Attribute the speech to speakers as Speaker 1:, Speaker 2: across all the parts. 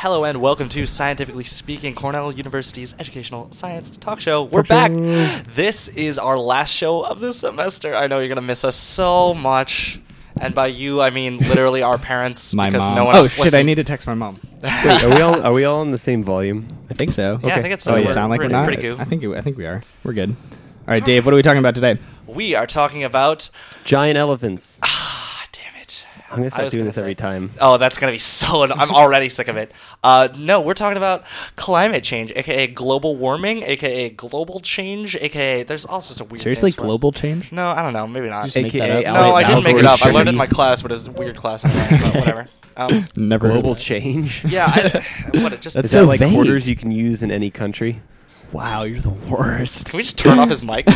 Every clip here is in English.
Speaker 1: Hello and welcome to Scientifically Speaking, Cornell University's educational science talk show. We're back. This is our last show of the semester. I know you're going to miss us so much. And by you, I mean literally our parents
Speaker 2: My
Speaker 1: because
Speaker 2: mom.
Speaker 1: no one
Speaker 2: oh
Speaker 1: else
Speaker 2: shit! I
Speaker 1: listens.
Speaker 2: need to text my mom.
Speaker 3: Wait, are we all are we all in the same volume?
Speaker 2: I think so.
Speaker 1: Yeah, I think it's
Speaker 2: Oh, you
Speaker 1: we're
Speaker 2: sound like
Speaker 1: pretty-
Speaker 2: we're not.
Speaker 1: pretty good.
Speaker 2: I think you- I think we are. We're good. All right, Dave. What are we talking about today?
Speaker 1: We are talking about.
Speaker 3: Giant elephants.
Speaker 1: God damn it.
Speaker 3: I'm gonna
Speaker 1: Ah, I
Speaker 3: start
Speaker 1: was
Speaker 3: doing
Speaker 1: gonna
Speaker 3: this every
Speaker 1: say-
Speaker 3: time.
Speaker 1: Oh, that's gonna be so. I'm already sick of it. Uh, no, we're talking about climate change, aka global warming, aka global change, aka there's all sorts of weird.
Speaker 2: Seriously,
Speaker 1: names for it.
Speaker 2: global change?
Speaker 1: No, I don't know. Maybe not.
Speaker 2: Make
Speaker 3: AKA
Speaker 2: that up.
Speaker 1: no, I didn't make it up. I learned it in
Speaker 3: Algorithm.
Speaker 1: my class, but it's a weird class. Anyway, but whatever. Um,
Speaker 2: Never.
Speaker 3: Global change.
Speaker 1: yeah. I, what? It just
Speaker 2: That's
Speaker 3: Is that
Speaker 2: so
Speaker 3: like
Speaker 2: vague.
Speaker 3: quarters you can use in any country?
Speaker 2: Wow, you're the worst.
Speaker 1: can we just turn off his mic? we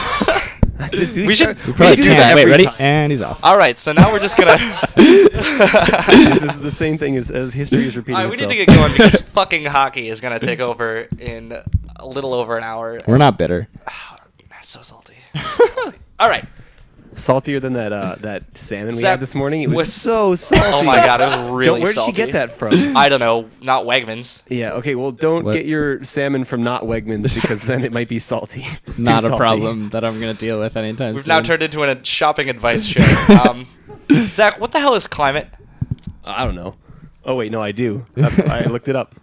Speaker 1: should.
Speaker 3: start-
Speaker 1: We
Speaker 2: Probably
Speaker 1: should do
Speaker 2: can.
Speaker 1: that.
Speaker 2: Wait,
Speaker 1: every
Speaker 2: ready?
Speaker 1: time. Uh,
Speaker 2: And he's off.
Speaker 1: All right. So now we're just gonna.
Speaker 3: this is the same thing as, as history is repeating
Speaker 1: All right, we need
Speaker 3: itself.
Speaker 1: to get going because fucking hockey is gonna take over in a little over an hour. Ah,
Speaker 2: We're not bitter.
Speaker 1: That's so salty. I'm so salty. All right.
Speaker 3: saltier than that uh, that salmon we
Speaker 1: Zach,
Speaker 3: had this morning. It was
Speaker 1: what's-
Speaker 3: so salty.
Speaker 1: Oh my god, it was really
Speaker 3: Don't- where
Speaker 1: salty.
Speaker 3: did she get that from?
Speaker 1: I don't know. Not Wegmans.
Speaker 3: yeah. Okay. Well, don't
Speaker 2: What?
Speaker 3: get your salmon from not Wegmans because then it might be salty. Too
Speaker 2: Not a
Speaker 3: salty.
Speaker 2: problem that I'm gonna deal with anytime
Speaker 1: We've
Speaker 2: soon.
Speaker 1: now turned into a shopping advice show. Um, Zach, what the hell is climate?
Speaker 3: I don't know. Oh wait, no, I do. That's I looked it up.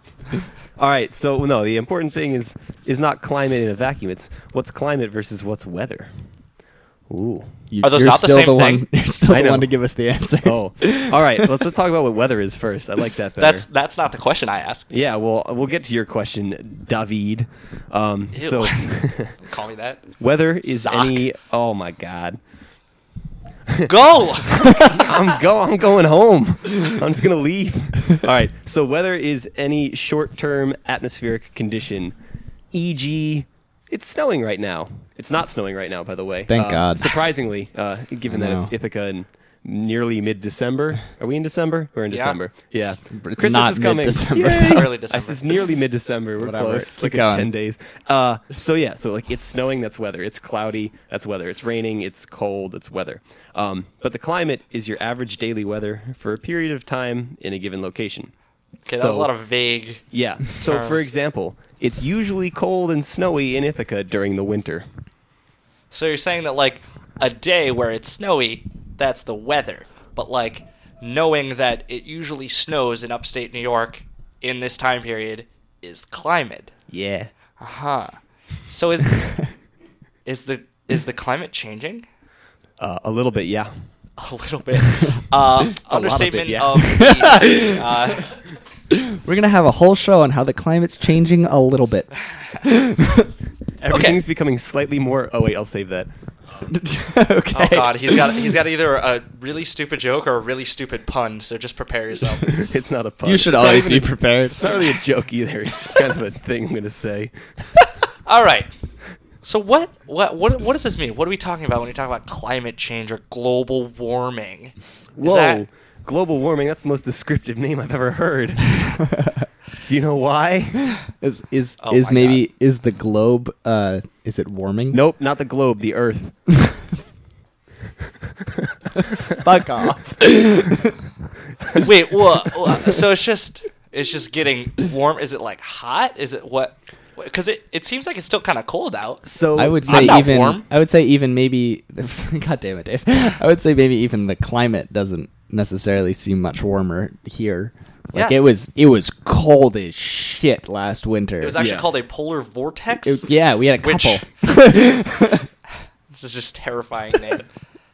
Speaker 3: All right, so no, the important thing is is not climate in a vacuum. It's what's climate versus what's weather. Ooh.
Speaker 2: You-
Speaker 1: Are those
Speaker 2: you're
Speaker 1: not the
Speaker 2: still
Speaker 1: same
Speaker 2: one,
Speaker 1: thing?
Speaker 2: You're still
Speaker 3: I
Speaker 2: the one
Speaker 3: know.
Speaker 2: to give us the answer.
Speaker 3: Oh. All right, let's let's talk about what weather is first. I like that better.
Speaker 1: That's that's not the question I asked.
Speaker 3: yeah, well, we'll get to your question, David. Um,
Speaker 1: Ew.
Speaker 3: so
Speaker 1: Call me that.
Speaker 3: weather is
Speaker 1: Sock.
Speaker 3: any Oh my god.
Speaker 1: Go.
Speaker 3: I'm go. I'm going home. I'm just gonna leave. All right. So weather is any short-term atmospheric condition, e.g., it's snowing right now. It's not snowing right now, by the way.
Speaker 2: Thank
Speaker 3: Uh,
Speaker 2: God.
Speaker 3: Surprisingly, uh, given
Speaker 2: I
Speaker 3: that it's
Speaker 2: know.
Speaker 3: Ithaca in nearly mid-December. Are we in December? We're in
Speaker 1: Yeah.
Speaker 3: December. Yeah.
Speaker 2: But it's not mid-December,
Speaker 3: Yay!
Speaker 1: though. Early
Speaker 3: I said It's
Speaker 1: December.
Speaker 3: nearly mid-December. We're
Speaker 2: Whatever.
Speaker 3: close.
Speaker 2: Keep
Speaker 3: like in
Speaker 2: going.
Speaker 3: ten days. Uh, so yeah. So like it's snowing. That's weather. It's cloudy. That's weather. It's raining. It's cold. It's weather. Um, but the climate is your average daily weather for a period of time in a given location.
Speaker 1: Okay, that was a
Speaker 3: So-
Speaker 1: lot of vague.
Speaker 3: Yeah. So for
Speaker 1: Terms.
Speaker 3: example, it's usually cold and snowy in Ithaca during the winter.
Speaker 1: So you're saying that like a day where it's snowy, that's the weather. But like knowing that it usually snows in upstate New York in this time period is climate.
Speaker 3: Yeah.
Speaker 1: Huh. So is is the is the climate changing?
Speaker 3: Uh, a little bit. Yeah.
Speaker 1: A little bit. Uh, understatement
Speaker 3: yeah.
Speaker 1: of, the, uh,
Speaker 2: We're gonna have a whole show on how the climate's changing a little bit.
Speaker 3: Everything's becoming slightly more. Oh wait, I'll save that.
Speaker 2: okay.
Speaker 1: oh god, he's got he's got either a really stupid joke or a really stupid pun. So just prepare yourself.
Speaker 3: it's not a pun.
Speaker 2: You should
Speaker 3: It's not
Speaker 2: always
Speaker 3: even
Speaker 2: be
Speaker 3: a-
Speaker 2: prepared.
Speaker 3: It's not really a joke either. It's just kind of a thing I'm gonna say.
Speaker 1: All right. So what what what what does this mean? What are we talking about when we talk about climate change or global warming?
Speaker 3: Whoa.
Speaker 1: that-
Speaker 3: Global warming, that's the most descriptive name I've ever heard. Do you know why?
Speaker 2: Is is
Speaker 1: Oh
Speaker 2: is
Speaker 1: my
Speaker 2: maybe is the globe? Uh, is it warming?
Speaker 3: Nope, not the globe, the earth.
Speaker 2: Fuck off.
Speaker 1: Wait, wha wha- so it's just it's just getting warm. Is it like hot? Is it what? Because it it seems like it's still kind of cold out.
Speaker 3: So
Speaker 2: I would
Speaker 1: I'm
Speaker 2: say
Speaker 1: not
Speaker 2: even.
Speaker 1: warm.
Speaker 2: I would say even maybe. God damn it, Dave. I would say maybe even the climate doesn't necessarily seem much warmer here. Like
Speaker 1: Yeah.
Speaker 2: it was. It was cold as shit last winter.
Speaker 1: It was actually
Speaker 3: Yeah.
Speaker 1: called a polar vortex.
Speaker 2: It- yeah, we had a
Speaker 1: Which-
Speaker 2: couple.
Speaker 1: This is just terrifying, Nate.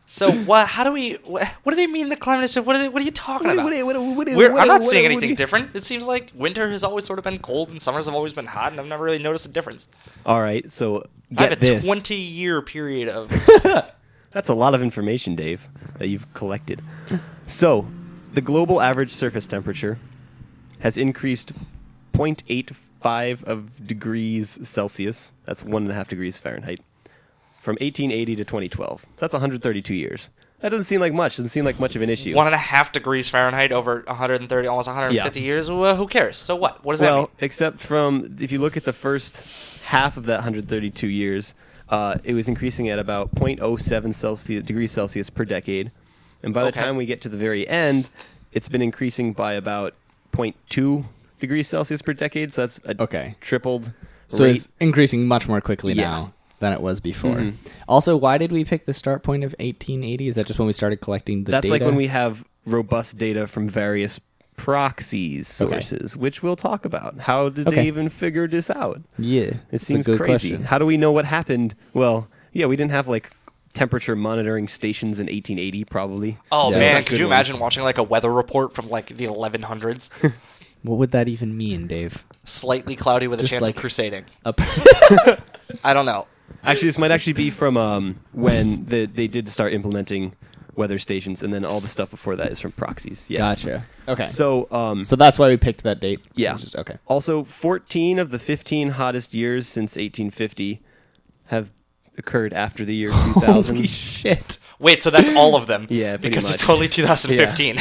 Speaker 1: So what? How do we? What, what do they mean? The climate is what? Are they, what are you talking about? We're- I'm not seeing anything different. It seems like winter has always sort of been cold and summers have always been hot, and I've never really noticed a difference.
Speaker 3: All right, so
Speaker 1: I have a
Speaker 3: get this.
Speaker 1: 20 year period of
Speaker 3: That's a lot of information, Dave, that you've collected. So, the global average surface temperature has increased 0.85 of degrees Celsius. That's one and a half degrees Fahrenheit from 1880 to 2012. That's 132 years. That doesn't seem like much. Doesn't seem like much of an issue.
Speaker 1: One and a half degrees Fahrenheit over 130, almost 150
Speaker 3: Yeah.
Speaker 1: years. Well, who cares? So what? What does that mean?
Speaker 3: well, except from if you look at the first half of that 132 years, uh, it was increasing at about 0.07 Celsius degrees Celsius per decade, and by the
Speaker 1: Okay.
Speaker 3: time we get to the very end, it's been increasing by about 0.2 degrees Celsius per decade. So that's a
Speaker 2: Okay.
Speaker 3: tripled.
Speaker 2: So
Speaker 3: rate.
Speaker 2: it's increasing much more quickly
Speaker 3: Yeah.
Speaker 2: now than it was before. Also, why did we pick the start point of 1880? Is that just when we started collecting the
Speaker 3: that's like
Speaker 2: data?
Speaker 3: when we have robust data from various proxies sources, which we'll talk about. How did
Speaker 2: Okay.
Speaker 3: they even figure this out?
Speaker 2: Yeah,
Speaker 3: It
Speaker 2: it's
Speaker 3: seems
Speaker 2: a good
Speaker 3: crazy.
Speaker 2: question.
Speaker 3: How do we know what happened? Well, yeah, we didn't have like temperature monitoring stations in 1880, probably.
Speaker 1: Oh
Speaker 2: Yeah.
Speaker 1: man,
Speaker 3: Not
Speaker 1: could
Speaker 3: good
Speaker 1: you
Speaker 3: ones.
Speaker 1: imagine watching like a weather report from like the 1100s?
Speaker 2: What would that even mean, Dave?
Speaker 1: Slightly cloudy with a
Speaker 2: Just
Speaker 1: chance
Speaker 2: like-
Speaker 1: of crusading.
Speaker 2: Up.
Speaker 1: I don't know.
Speaker 3: Actually, this might actually be from um, when the, they did start implementing weather stations, and then all the stuff before that is from proxies. Yeah.
Speaker 2: gotcha. Okay. So,
Speaker 3: So, um,
Speaker 2: so that's why we picked that date.
Speaker 3: Yeah.
Speaker 2: It's just- okay.
Speaker 3: also 14 of the 15 hottest years since 1850 have occurred after the year 2000.
Speaker 2: Holy shit.
Speaker 1: Wait, so that's all of them?
Speaker 3: Yeah, pretty
Speaker 1: because it's
Speaker 3: much.
Speaker 1: only 2015.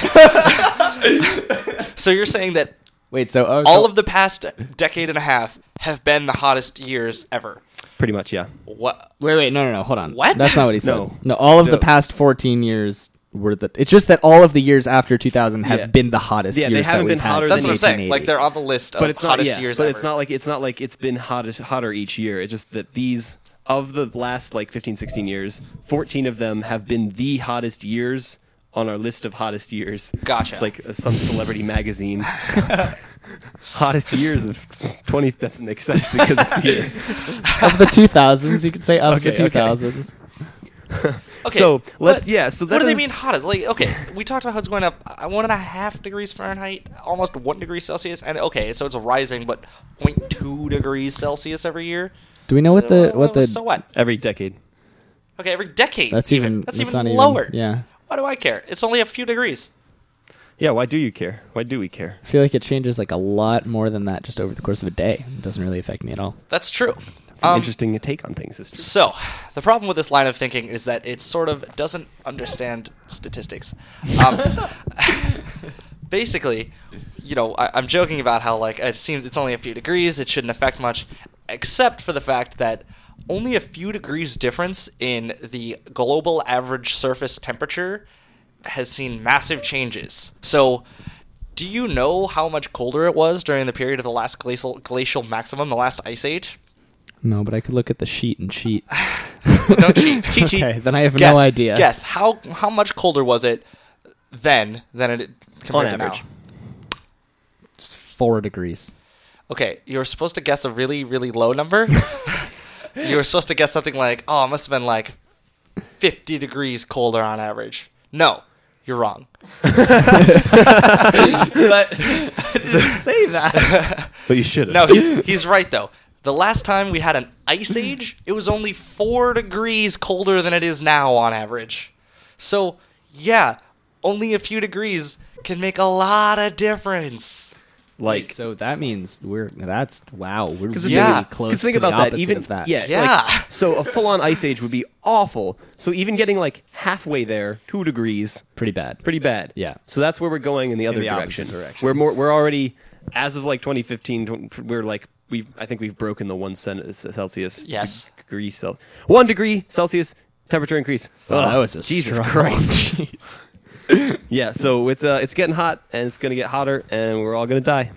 Speaker 1: so you're saying that
Speaker 2: Wait. So oh,
Speaker 1: all
Speaker 2: so-
Speaker 1: of the past decade and a half have been the hottest years ever.
Speaker 3: Pretty much, yeah.
Speaker 1: What?
Speaker 2: Wait, wait, no, no, no. Hold on.
Speaker 1: What?
Speaker 2: That's not what he said.
Speaker 3: No.
Speaker 2: No, all of
Speaker 3: No.
Speaker 2: the past 14 years were the. It's just that all of the years after 2000 have
Speaker 3: Yeah.
Speaker 2: been the hottest
Speaker 3: Yeah, they
Speaker 2: years that
Speaker 3: haven't
Speaker 2: we've
Speaker 3: been
Speaker 2: had.
Speaker 3: hotter
Speaker 1: That's
Speaker 2: since
Speaker 1: what I'm saying.
Speaker 2: 1880.
Speaker 1: Like they're on the list of
Speaker 3: but it's not
Speaker 1: hottest
Speaker 3: yeah,
Speaker 1: years
Speaker 3: but
Speaker 1: ever.
Speaker 3: it's not like it's not like it's been hottest hotter each year it's just that these of the last like 15 16 years 14 of them have been the hottest years on our list of hottest years
Speaker 1: Gotcha.
Speaker 3: it's like uh, some celebrity magazine hottest years of 20 doesn't make sense because it's here
Speaker 2: of the 2000s, you could say of
Speaker 3: Okay,
Speaker 2: the
Speaker 3: okay.
Speaker 2: 2000s.
Speaker 1: okay,
Speaker 3: so let's
Speaker 1: but
Speaker 3: yeah so that
Speaker 1: what do they
Speaker 3: doesn't-
Speaker 1: mean hottest? Like, okay, we talked about how it's going up uh, one and a half degrees Fahrenheit, almost one degree Celsius, and okay, so it's rising, but 0.2 degrees Celsius every year.
Speaker 2: Do we know what the
Speaker 1: Uh,
Speaker 2: what the?
Speaker 1: so what?
Speaker 3: every decade
Speaker 1: Okay, every decade.
Speaker 2: That's even,
Speaker 1: that's,
Speaker 2: not
Speaker 1: even lower.
Speaker 2: yeah,
Speaker 1: Why do I care? It's only a few degrees.
Speaker 3: yeah why do you care why do we care
Speaker 2: I feel like it changes like a lot more than that just over the course of a day. It doesn't really affect me at all.
Speaker 1: That's true.
Speaker 3: it's an
Speaker 1: Um,
Speaker 3: interesting take on things it's
Speaker 1: So, the problem with this line of thinking is that it sort of doesn't understand statistics. Um, basically, you know, I, I'm joking about how like it seems it's only a few degrees; it shouldn't affect much, except for the fact that only a few degrees difference in the global average surface temperature has seen massive changes. So. Do you know how much colder it was during the period of the last glacial, glacial maximum, the last ice age?
Speaker 2: No, but I could look at the sheet and cheat.
Speaker 1: Don't cheat. Cheat sheet.
Speaker 2: okay, then I have
Speaker 1: guess,
Speaker 2: no idea.
Speaker 1: Guess how how much colder was it then than it
Speaker 3: on
Speaker 1: compared to
Speaker 3: average
Speaker 1: now?
Speaker 2: It's four degrees.
Speaker 1: Okay, you were supposed to guess a really really low number. you were supposed to guess something like, oh, it must have been like fifty degrees colder on average. No, you're wrong.
Speaker 2: but I didn't say that.
Speaker 3: but you should
Speaker 1: No, he's he's right though. The last time we had an ice age, it was only four degrees colder than it is now on average. So yeah, only a few degrees can make a lot of difference.
Speaker 3: like
Speaker 2: so that means we're that's wow. We're really
Speaker 3: the
Speaker 1: thing is- 'cause
Speaker 2: close
Speaker 3: Because think
Speaker 2: to the
Speaker 3: about that.
Speaker 2: opposite
Speaker 3: Even
Speaker 2: of that.
Speaker 3: yeah, like,
Speaker 1: Yeah.
Speaker 3: so a full-on ice age would be awful. So even getting like halfway there, two degrees,
Speaker 2: pretty bad.
Speaker 3: pretty bad.
Speaker 2: Yeah.
Speaker 3: So that's where we're going in the other
Speaker 2: the
Speaker 3: direction.
Speaker 2: opposite direction.
Speaker 3: We're more. We're already as of like 2015. tw- We're like we. I think we've broken the one cen- Celsius.
Speaker 1: Yes.
Speaker 3: Degree Cel- One degree Celsius temperature increase.
Speaker 2: Oh, that
Speaker 3: Ugh,
Speaker 2: was a
Speaker 3: Jesus
Speaker 2: strong
Speaker 3: Christ.
Speaker 2: one. Jeez.
Speaker 3: Yeah. So it's uh, it's getting hot and it's gonna get hotter and we're all gonna die.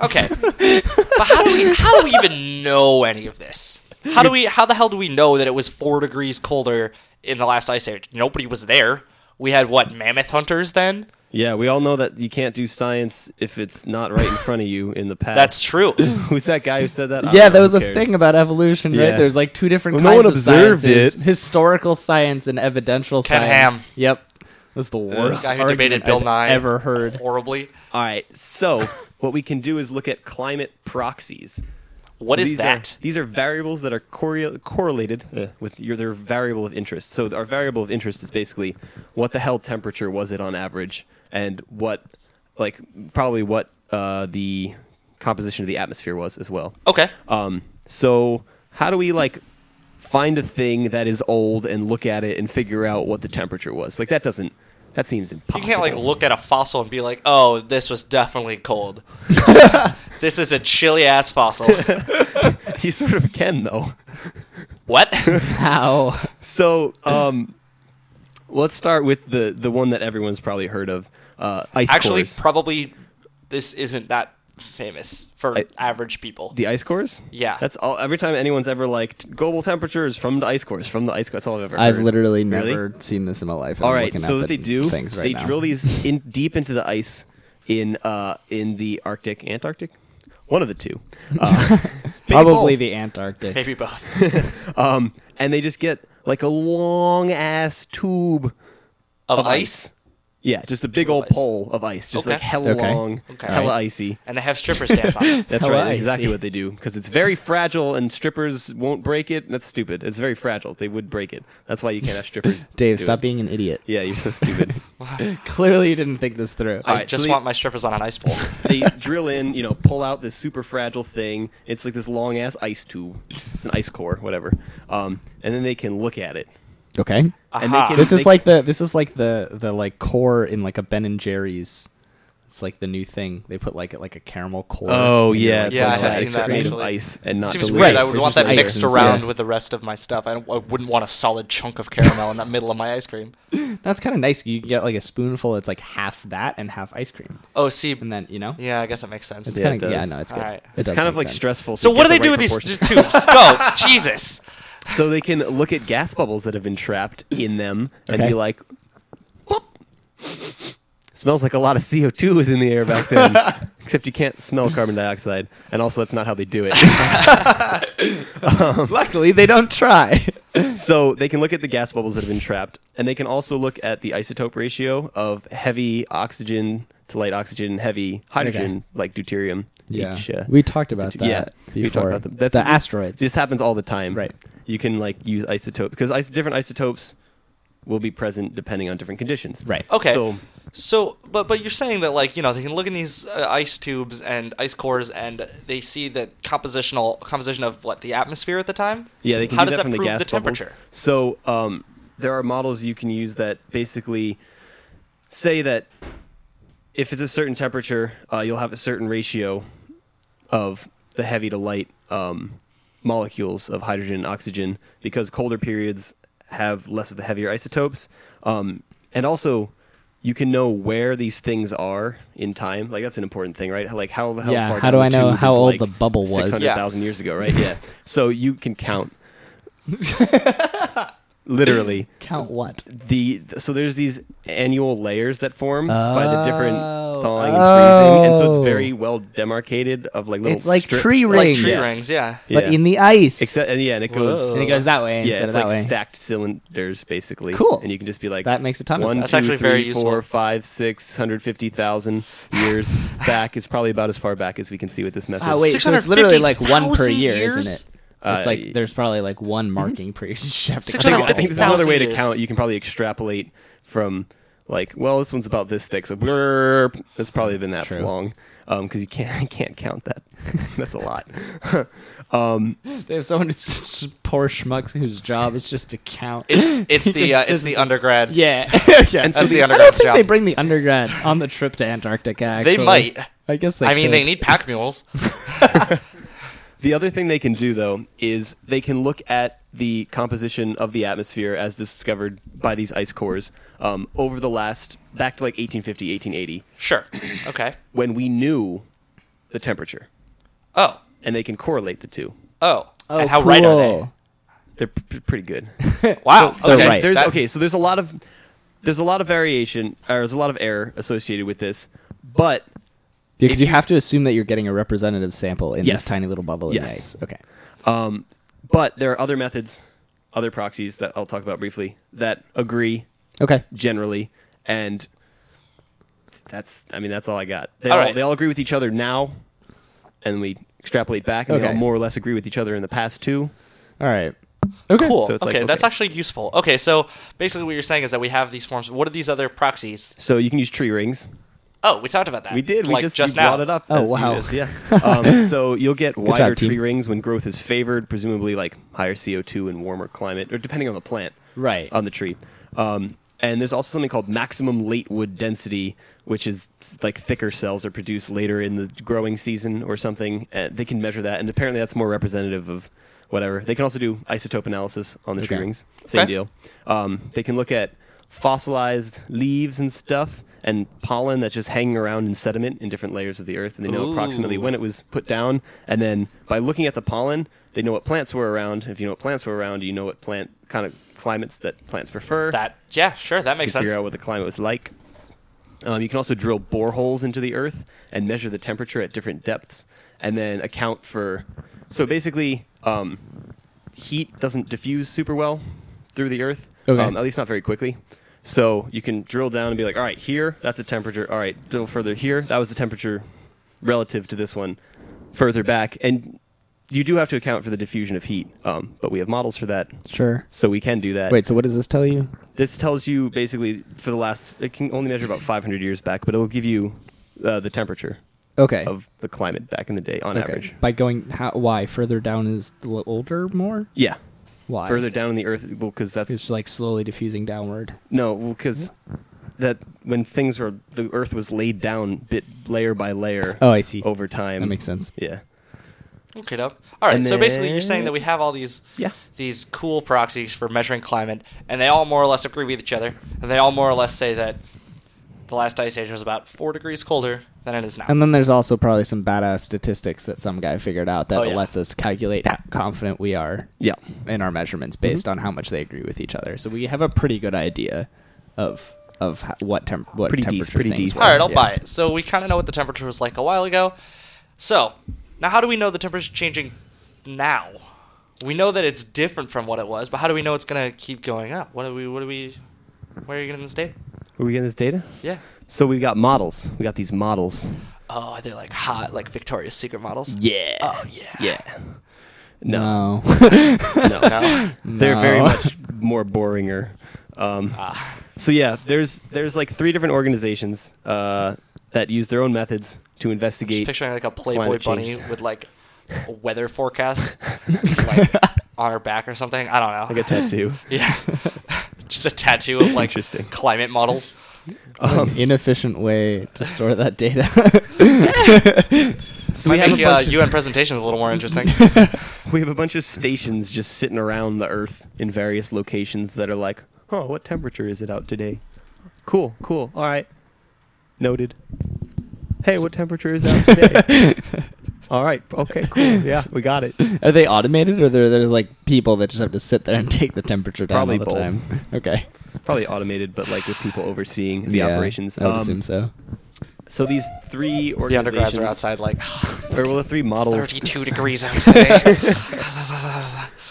Speaker 1: Okay. but how do we how do we even know any of this? How do we how the hell do we know that it was 4 degrees colder in the last ice age? Nobody was there. We had what mammoth hunters then?
Speaker 3: Yeah, we all know that you can't do science if it's not right in front of you in the past.
Speaker 1: That's true.
Speaker 3: Who's that guy who said that?
Speaker 2: Yeah,
Speaker 3: I don't know,
Speaker 2: there was
Speaker 3: who
Speaker 2: a
Speaker 3: cares?
Speaker 2: thing about evolution,
Speaker 3: Yeah.
Speaker 2: right? There's like two different
Speaker 3: Well, no
Speaker 2: kinds
Speaker 3: one
Speaker 2: of
Speaker 3: observed
Speaker 2: sciences:
Speaker 3: it.
Speaker 2: historical science and evidential
Speaker 1: Ken
Speaker 2: science.
Speaker 1: Ham.
Speaker 2: Yep, was the worst
Speaker 1: guy who
Speaker 2: argument
Speaker 1: debated Bill
Speaker 2: I've
Speaker 1: Nye.
Speaker 2: ever heard.
Speaker 1: Horribly.
Speaker 3: All right. So what we can do is look at climate proxies.
Speaker 1: What
Speaker 3: so
Speaker 1: is
Speaker 3: these
Speaker 1: that?
Speaker 3: Are, these are variables that are correl- correlated uh, with your their variable of interest. So our variable of interest is basically what the hell temperature was it on average, and what, like probably what uh, the composition of the atmosphere was as well.
Speaker 1: Okay.
Speaker 3: Um, so how do we like find a thing that is old and look at it and figure out what the temperature was. Like that doesn't that seems
Speaker 1: You
Speaker 3: impossible.
Speaker 1: can't like look at a fossil and be like, "Oh, this was definitely cold. this is a chilly ass fossil."
Speaker 3: You sort of can though.
Speaker 1: what?
Speaker 2: How?
Speaker 3: So, um, let's start with the the one that everyone's probably heard of. Uh, ice
Speaker 1: Actually,
Speaker 3: cores.
Speaker 1: probably this isn't that famous for
Speaker 3: I-
Speaker 1: average people.
Speaker 3: the ice cores.
Speaker 1: Yeah.
Speaker 3: that's all. Every time anyone's ever like "T- global temperatures from the ice cores, from the ice. cores," That's all I've ever.
Speaker 2: I've
Speaker 3: heard.
Speaker 2: literally
Speaker 3: Really?
Speaker 2: never seen this in my life. and
Speaker 3: All
Speaker 2: I'm
Speaker 3: right,
Speaker 2: looking
Speaker 3: so
Speaker 2: up
Speaker 3: what they
Speaker 2: at
Speaker 3: do,
Speaker 2: things right
Speaker 3: they
Speaker 2: now.
Speaker 3: drill these in deep into the ice in uh in the Arctic, Antarctic, one of the two, uh,
Speaker 2: probably
Speaker 3: both.
Speaker 2: the Antarctic.
Speaker 1: Maybe both.
Speaker 3: um, and they just get like a long ass tube
Speaker 1: Of
Speaker 3: Of
Speaker 1: ice?
Speaker 3: ice. Yeah, just a big
Speaker 1: of
Speaker 3: old
Speaker 1: ice.
Speaker 3: pole of ice, just
Speaker 1: Okay.
Speaker 3: like hella
Speaker 2: Okay.
Speaker 3: long,
Speaker 1: Okay.
Speaker 3: hella
Speaker 2: Alright.
Speaker 3: icy.
Speaker 1: And they have strippers dance on it.
Speaker 3: That's
Speaker 2: Hella
Speaker 3: right, exactly
Speaker 2: icy.
Speaker 3: what they do because it's very fragile and strippers won't break it. That's stupid. It's very fragile. They would break it. That's why you can't have strippers.
Speaker 2: Dave,
Speaker 3: do
Speaker 2: stop
Speaker 3: it.
Speaker 2: being an idiot.
Speaker 3: Yeah, you're so stupid.
Speaker 2: Clearly, you didn't think this through.
Speaker 1: I
Speaker 3: All right, so
Speaker 1: just
Speaker 3: they-
Speaker 1: want my strippers on an ice pole.
Speaker 3: they drill in, you know, pull out this super fragile thing. It's like this long ass ice tube. It's an ice core, whatever. Um, and then they can look at it.
Speaker 2: Okay.
Speaker 3: And
Speaker 1: Aha.
Speaker 2: This
Speaker 3: they
Speaker 2: is like the this is like the the like core in like a Ben and Jerry's. It's like the new thing they put like like a caramel core.
Speaker 3: Oh
Speaker 2: in your,
Speaker 3: yeah,
Speaker 2: like,
Speaker 1: Yeah, I
Speaker 2: little
Speaker 1: have
Speaker 2: ice
Speaker 1: seen that
Speaker 2: cream.
Speaker 3: Made of
Speaker 1: actually.
Speaker 3: ice and not
Speaker 1: Seems
Speaker 3: the
Speaker 1: weird. I
Speaker 2: lace. It's
Speaker 1: would
Speaker 2: just
Speaker 1: want that
Speaker 2: ice
Speaker 1: mixed
Speaker 2: instead.
Speaker 1: around with the rest of my stuff. I, don't- I wouldn't want a solid chunk of caramel in the middle of my ice cream.
Speaker 2: That's kind of nice. You get like a spoonful. It's like half that and half ice cream,
Speaker 1: Oh, see,
Speaker 2: and then you know.
Speaker 1: yeah, I guess that makes sense.
Speaker 2: It's
Speaker 3: Yeah, it
Speaker 2: kind of yeah.
Speaker 3: does.
Speaker 2: No, it's
Speaker 1: All
Speaker 2: good.
Speaker 1: right.
Speaker 2: It
Speaker 3: It's
Speaker 2: does
Speaker 3: kind of
Speaker 2: make
Speaker 3: like
Speaker 2: sense.
Speaker 3: stressful. to
Speaker 1: So
Speaker 3: get
Speaker 1: what do
Speaker 3: the
Speaker 1: they do
Speaker 3: right
Speaker 1: with these
Speaker 3: proportions.
Speaker 1: d- tubes? Go, Jesus!
Speaker 3: So they can look at gas bubbles that have been trapped in them and
Speaker 2: Okay.
Speaker 3: be like, "Whoop." smells like a lot of CO2 was in the air back then. Except you can't smell carbon dioxide. And also, that's not how they do it.
Speaker 2: Luckily, they don't try.
Speaker 3: so they can look at the gas bubbles that have been trapped. And they can also look at the isotope ratio of heavy oxygen to light oxygen, heavy hydrogen, like deuterium.
Speaker 2: yeah,
Speaker 3: each, uh,
Speaker 2: we talked about that
Speaker 3: yeah,
Speaker 2: before.
Speaker 3: we talked about them.
Speaker 2: the
Speaker 3: this-
Speaker 2: asteroids.
Speaker 3: This happens all the time.
Speaker 2: Right.
Speaker 3: You can like use isotope because is- different isotopes will be present depending on different conditions.
Speaker 2: Right.
Speaker 1: Okay.
Speaker 3: So
Speaker 1: So, but but you're saying that like you know they can look in these uh, ice tubes and ice cores and they see the compositional composition of what the atmosphere at the time.
Speaker 3: yeah, they can
Speaker 1: How
Speaker 3: do
Speaker 1: does that
Speaker 3: that from
Speaker 1: prove
Speaker 3: the gas
Speaker 1: the
Speaker 3: bubbles.
Speaker 1: temperature?
Speaker 3: So um, there are models you can use that basically say that if it's a certain temperature, uh, you'll have a certain ratio of the heavy to light um, molecules of hydrogen and oxygen because colder periods have less of the heavier isotopes. Um, and also, you can know where these things are in time. Like that's an important thing, right? Like how how
Speaker 2: Yeah,
Speaker 3: far
Speaker 2: how
Speaker 3: down
Speaker 2: do I
Speaker 3: the
Speaker 2: know
Speaker 3: tube
Speaker 2: how
Speaker 3: is,
Speaker 2: old
Speaker 3: like,
Speaker 2: the bubble was? Yeah.
Speaker 3: 600,000 years ago, right? Yeah. so you can count. Literally,
Speaker 2: Count what?
Speaker 3: the so there's these annual layers that form by the different
Speaker 2: Oh.
Speaker 3: thawing and freezing, and so
Speaker 2: Oh.
Speaker 3: it's very well demarcated of like little
Speaker 2: It's like
Speaker 3: strips.
Speaker 2: tree
Speaker 1: Like
Speaker 2: rings,
Speaker 1: tree
Speaker 3: Yes.
Speaker 1: rings, yeah.
Speaker 2: but
Speaker 3: Yeah.
Speaker 2: in the ice.
Speaker 3: Except and yeah, and it goes
Speaker 1: Whoa.
Speaker 2: and it goes that way instead
Speaker 3: yeah, it's
Speaker 2: of
Speaker 3: like
Speaker 2: that way.
Speaker 3: stacked cylinders basically.
Speaker 2: Cool.
Speaker 3: and you can just be like
Speaker 2: That makes a ton of
Speaker 3: one,
Speaker 1: That's
Speaker 2: sense.
Speaker 3: two,
Speaker 1: actually very
Speaker 3: three,
Speaker 1: useful.
Speaker 3: four, five, six hundred fifty thousand years back is probably about as far back as we can see with this method.
Speaker 2: Wow, Uh, Ah, wait, so it's literally like one per
Speaker 1: 650,000
Speaker 2: year,
Speaker 1: years? mm-hmm.
Speaker 2: isn't it? It's
Speaker 3: Uh,
Speaker 2: like there's probably like one marking per year. You just have to
Speaker 1: Six
Speaker 3: I think,
Speaker 1: hundred-
Speaker 3: I think
Speaker 2: count.
Speaker 3: there's another way to
Speaker 1: 1,000
Speaker 3: count.
Speaker 1: years.
Speaker 3: You can probably extrapolate from like, well, this one's about this thick, so blurp. That's probably been that
Speaker 2: True.
Speaker 3: long because you can't you can't count that. That's a lot.
Speaker 2: They have someone who's just poor schmucks whose job is just to count.
Speaker 1: It's it's the uh, it's the undergrad.
Speaker 2: yeah. yeah.
Speaker 1: That's the
Speaker 2: I
Speaker 1: undergrad's
Speaker 2: don't think
Speaker 1: job.
Speaker 2: they bring the undergrad on the trip to Antarctica.
Speaker 1: They
Speaker 2: Actually.
Speaker 1: might.
Speaker 2: I guess they.
Speaker 1: I mean,
Speaker 2: could.
Speaker 1: they need pack mules.
Speaker 3: The other thing they can do though is they can look at the composition of the atmosphere as discovered by these ice cores um, over the last back to like 1850, 1880,
Speaker 1: Sure. Okay.
Speaker 3: when we knew the temperature,
Speaker 1: Oh.
Speaker 3: and they can correlate the two.
Speaker 1: Oh.
Speaker 2: Oh,
Speaker 1: and how right are they?
Speaker 2: cool.
Speaker 3: They're p- pretty good.
Speaker 1: Wow.
Speaker 2: they're
Speaker 1: okay.
Speaker 2: right.
Speaker 3: There's
Speaker 1: That-
Speaker 3: okay, so there's a lot of there's a lot of variation or there's a lot of error associated with this, but
Speaker 2: Because
Speaker 3: if
Speaker 2: you
Speaker 3: you-
Speaker 2: have to assume that you're getting a representative sample in
Speaker 3: Yes.
Speaker 2: this tiny little bubble in the
Speaker 3: Yes.
Speaker 2: ice. Okay.
Speaker 3: um, but there are other methods, other proxies that I'll talk about briefly that agree
Speaker 2: Okay.
Speaker 3: generally, and that's I mean that's all I got. They
Speaker 1: All
Speaker 3: all,
Speaker 1: right.
Speaker 3: they all agree with each other now, and we extrapolate back, and they all
Speaker 2: Okay.
Speaker 3: more or less agree with each other in the past too.
Speaker 2: All right. Okay.
Speaker 1: Cool.
Speaker 3: So it's
Speaker 1: okay,
Speaker 3: like,
Speaker 1: that's
Speaker 3: okay.
Speaker 1: actually useful. Okay, so basically what you're saying is that we have these forms. What are these other proxies?
Speaker 3: So you can use tree rings.
Speaker 1: Oh, we talked about that.
Speaker 3: We did.
Speaker 1: Like
Speaker 3: we just,
Speaker 1: just
Speaker 3: you
Speaker 1: now.
Speaker 3: brought it up.
Speaker 2: Oh,
Speaker 3: as you
Speaker 2: wow.
Speaker 3: just- yeah. Um, so you'll get wider
Speaker 2: job, team.
Speaker 3: tree rings when growth is favored, presumably like higher CO2 and warmer climate, or depending on the plant.
Speaker 2: Right.
Speaker 3: On the tree. Um, and there's also something called maximum late wood density, which is s- like thicker cells are produced later in the growing season or something. Uh, they can measure that, and apparently that's more representative of whatever. They can also do isotope analysis on the tree
Speaker 2: Okay.
Speaker 3: rings. Same
Speaker 1: Okay.
Speaker 3: deal. Um, they can look at fossilized leaves and stuff and pollen that's just hanging around in sediment in different layers of the earth and they know approximately
Speaker 1: Ooh.
Speaker 3: when it was put down and then by looking at the pollen they know what plants were around if you know what plants were around you know what plant kind of climates that plants prefer
Speaker 1: That yeah, sure, that
Speaker 3: you
Speaker 1: makes sense.
Speaker 3: figure out what the climate was like um, you can also drill boreholes into the earth and measure the temperature at different depths and then account for so basically um, heat doesn't diffuse super well through the earth,
Speaker 2: Okay.
Speaker 3: um, at least not very quickly. So you can drill down and be like, all right, here, that's the temperature. All right, drill further here, that was the temperature relative to this one further back. And you do have to account for the diffusion of heat, um, but we have models for that.
Speaker 2: Sure.
Speaker 3: So we can do that.
Speaker 2: Wait, so what does this tell you?
Speaker 3: This tells you basically for the last, it can only measure about 500 years back, but it'll give you uh, the temperature
Speaker 2: Okay.
Speaker 3: of the climate back in the day on
Speaker 2: okay.
Speaker 3: average.
Speaker 2: By going how, why further down is l- older more?
Speaker 3: Yeah.
Speaker 2: Why?
Speaker 3: Further down in the earth, well, because that's
Speaker 2: It's like slowly diffusing downward.
Speaker 3: No, because that when things were the Earth was laid down bit layer by layer.
Speaker 2: Oh, I see.
Speaker 3: Over time,
Speaker 2: That makes sense.
Speaker 3: Yeah,
Speaker 1: Okay, dope. All right,
Speaker 3: And
Speaker 1: so basically, you're
Speaker 3: then-
Speaker 1: saying that we have all these
Speaker 3: Yeah.
Speaker 1: these cool proxies for measuring climate, and they all more or less agree with each other, and they all more or less say that the last ice age was about four degrees colder than it is now.
Speaker 2: And then there's also probably some badass statistics that some guy figured out that
Speaker 1: Oh, yeah.
Speaker 2: lets us calculate how confident we are
Speaker 3: yeah.
Speaker 2: in our measurements based on how much they agree with each other. So we have a pretty good idea of of ho- what temp what
Speaker 3: Pretty
Speaker 2: temperature
Speaker 3: decent, pretty
Speaker 2: things
Speaker 3: decent.
Speaker 2: were.
Speaker 1: all right, I'll
Speaker 2: Yeah.
Speaker 1: buy it. So we kind of know what the temperature was like a while ago. So now, how do we know the temperature's changing now? We know that it's different from what it was, but how do we know it's gonna keep going up? What do we? What do we? Where are you getting this data?
Speaker 3: Are we getting this data?
Speaker 1: Yeah.
Speaker 3: So we got models. We got these models.
Speaker 1: Oh, are they like hot, like Victoria's Secret models?
Speaker 3: Yeah.
Speaker 1: Oh yeah.
Speaker 3: Yeah. No,
Speaker 2: No.
Speaker 3: no,
Speaker 1: No.
Speaker 3: they're very
Speaker 2: No.
Speaker 3: much more boringer. Um,
Speaker 1: Ah.
Speaker 3: So yeah, there's there's like three different organizations uh, that use their own methods to
Speaker 1: Just
Speaker 3: investigate.
Speaker 1: picturing like a Playboy
Speaker 3: Climate change.
Speaker 1: bunny with like a weather forecast like on her back or something. I don't know.
Speaker 3: like a tattoo.
Speaker 1: yeah. Just a tattoo of like
Speaker 3: Interesting.
Speaker 1: climate models.
Speaker 2: An
Speaker 3: Um,
Speaker 2: inefficient way to store that data.
Speaker 3: so
Speaker 1: Might
Speaker 3: have
Speaker 1: make
Speaker 3: a bunch
Speaker 1: uh,
Speaker 3: of-
Speaker 1: UN presentations a little more interesting.
Speaker 3: We have a bunch of stations just sitting around the Earth in various locations that are like, oh, what temperature is it out today? Cool, cool. All right. Noted. Hey, what temperature is out today? All right. Okay, cool. Yeah, we got it.
Speaker 2: are they automated or there there's like people that just have to sit there and take the temperature down
Speaker 3: Probably
Speaker 2: all the
Speaker 3: both.
Speaker 2: time? Okay.
Speaker 3: Probably automated, but like with people overseeing the
Speaker 2: Yeah,
Speaker 3: operations.
Speaker 2: I would
Speaker 3: Um,
Speaker 2: assume so.
Speaker 3: So these three
Speaker 1: the
Speaker 3: organizations.
Speaker 1: undergrads are outside like
Speaker 3: Or well, the three models.
Speaker 1: 32 degrees out today.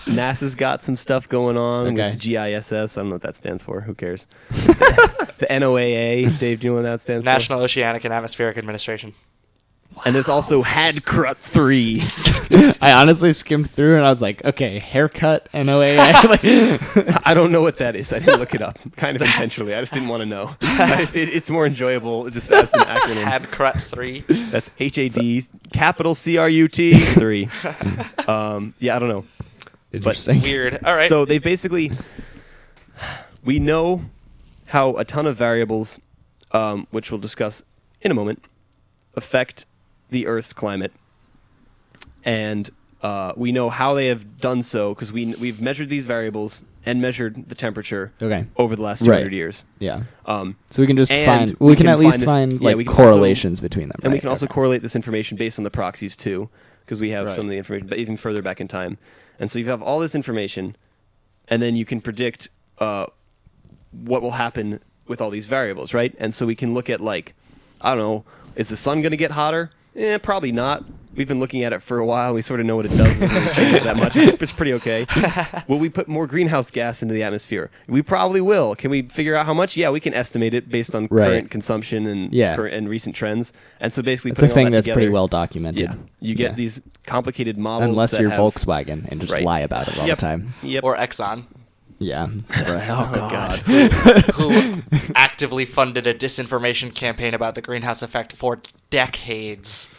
Speaker 3: NASA's got some stuff going on
Speaker 2: Okay.
Speaker 3: with the GISS. I don't know what that stands for. Who cares? the NOAA. Dave, do you know what that stands for?
Speaker 1: National Oceanic and Atmospheric Administration.
Speaker 3: And there's also Hadcrut 3.
Speaker 2: I honestly skimmed through and I was like, okay, haircut, NOAA.
Speaker 3: I don't know what that is. I didn't look it up, kind of intentionally. I just didn't want to know. I just- it- it's more enjoyable just as an acronym.
Speaker 1: Hadcrut 3.
Speaker 3: That's H A D capital C R U T 3. Um, yeah, I don't know.
Speaker 2: Interesting.
Speaker 1: Weird. All right.
Speaker 3: So they basically, we know how a ton of variables, um, which we'll discuss in a moment, affect the Earth's climate, and uh, we know how they have done so because we we've measured these variables and measured the temperature
Speaker 2: Okay.
Speaker 3: over the last two
Speaker 2: Right.
Speaker 3: hundred years.
Speaker 2: Yeah.
Speaker 3: Um,
Speaker 2: So we can just
Speaker 3: And
Speaker 2: find we,
Speaker 3: we
Speaker 2: can,
Speaker 3: can
Speaker 2: at least
Speaker 3: find
Speaker 2: find
Speaker 3: this- yeah, we
Speaker 2: like
Speaker 3: can also-
Speaker 2: correlations between them.
Speaker 3: and we
Speaker 2: right?
Speaker 3: can also
Speaker 2: Okay.
Speaker 3: correlate this information based on the proxies too, because we have some of the information, but even further back in time. And so you have all this information, and then you can predict uh, what will happen with all these variables, right? And so we can look at like, I don't know, is the sun going to get hotter? Eh, probably not. We've been looking at it for a while. We sort of know what it does. It doesn't change that much. It's pretty okay. Will we put more greenhouse gas into the atmosphere? We probably will. Can we figure out how much? Yeah, we can estimate it based on
Speaker 2: Right.
Speaker 3: current consumption and
Speaker 2: Yeah.
Speaker 3: current and recent trends. And so basically,
Speaker 2: It's a
Speaker 3: putting all
Speaker 2: thing
Speaker 3: that
Speaker 2: that's pretty
Speaker 3: together-
Speaker 2: well documented.
Speaker 3: Yeah, you get
Speaker 2: Yeah.
Speaker 3: these complicated models.
Speaker 2: unless
Speaker 3: that
Speaker 2: you're
Speaker 3: have-
Speaker 2: Volkswagen and just
Speaker 3: Right.
Speaker 2: lie about it all
Speaker 3: Yep.
Speaker 2: the time.
Speaker 3: Yep.
Speaker 1: Or Exxon.
Speaker 2: Yeah. It's like, oh, God.
Speaker 1: who actively funded a disinformation campaign about the greenhouse effect for decades.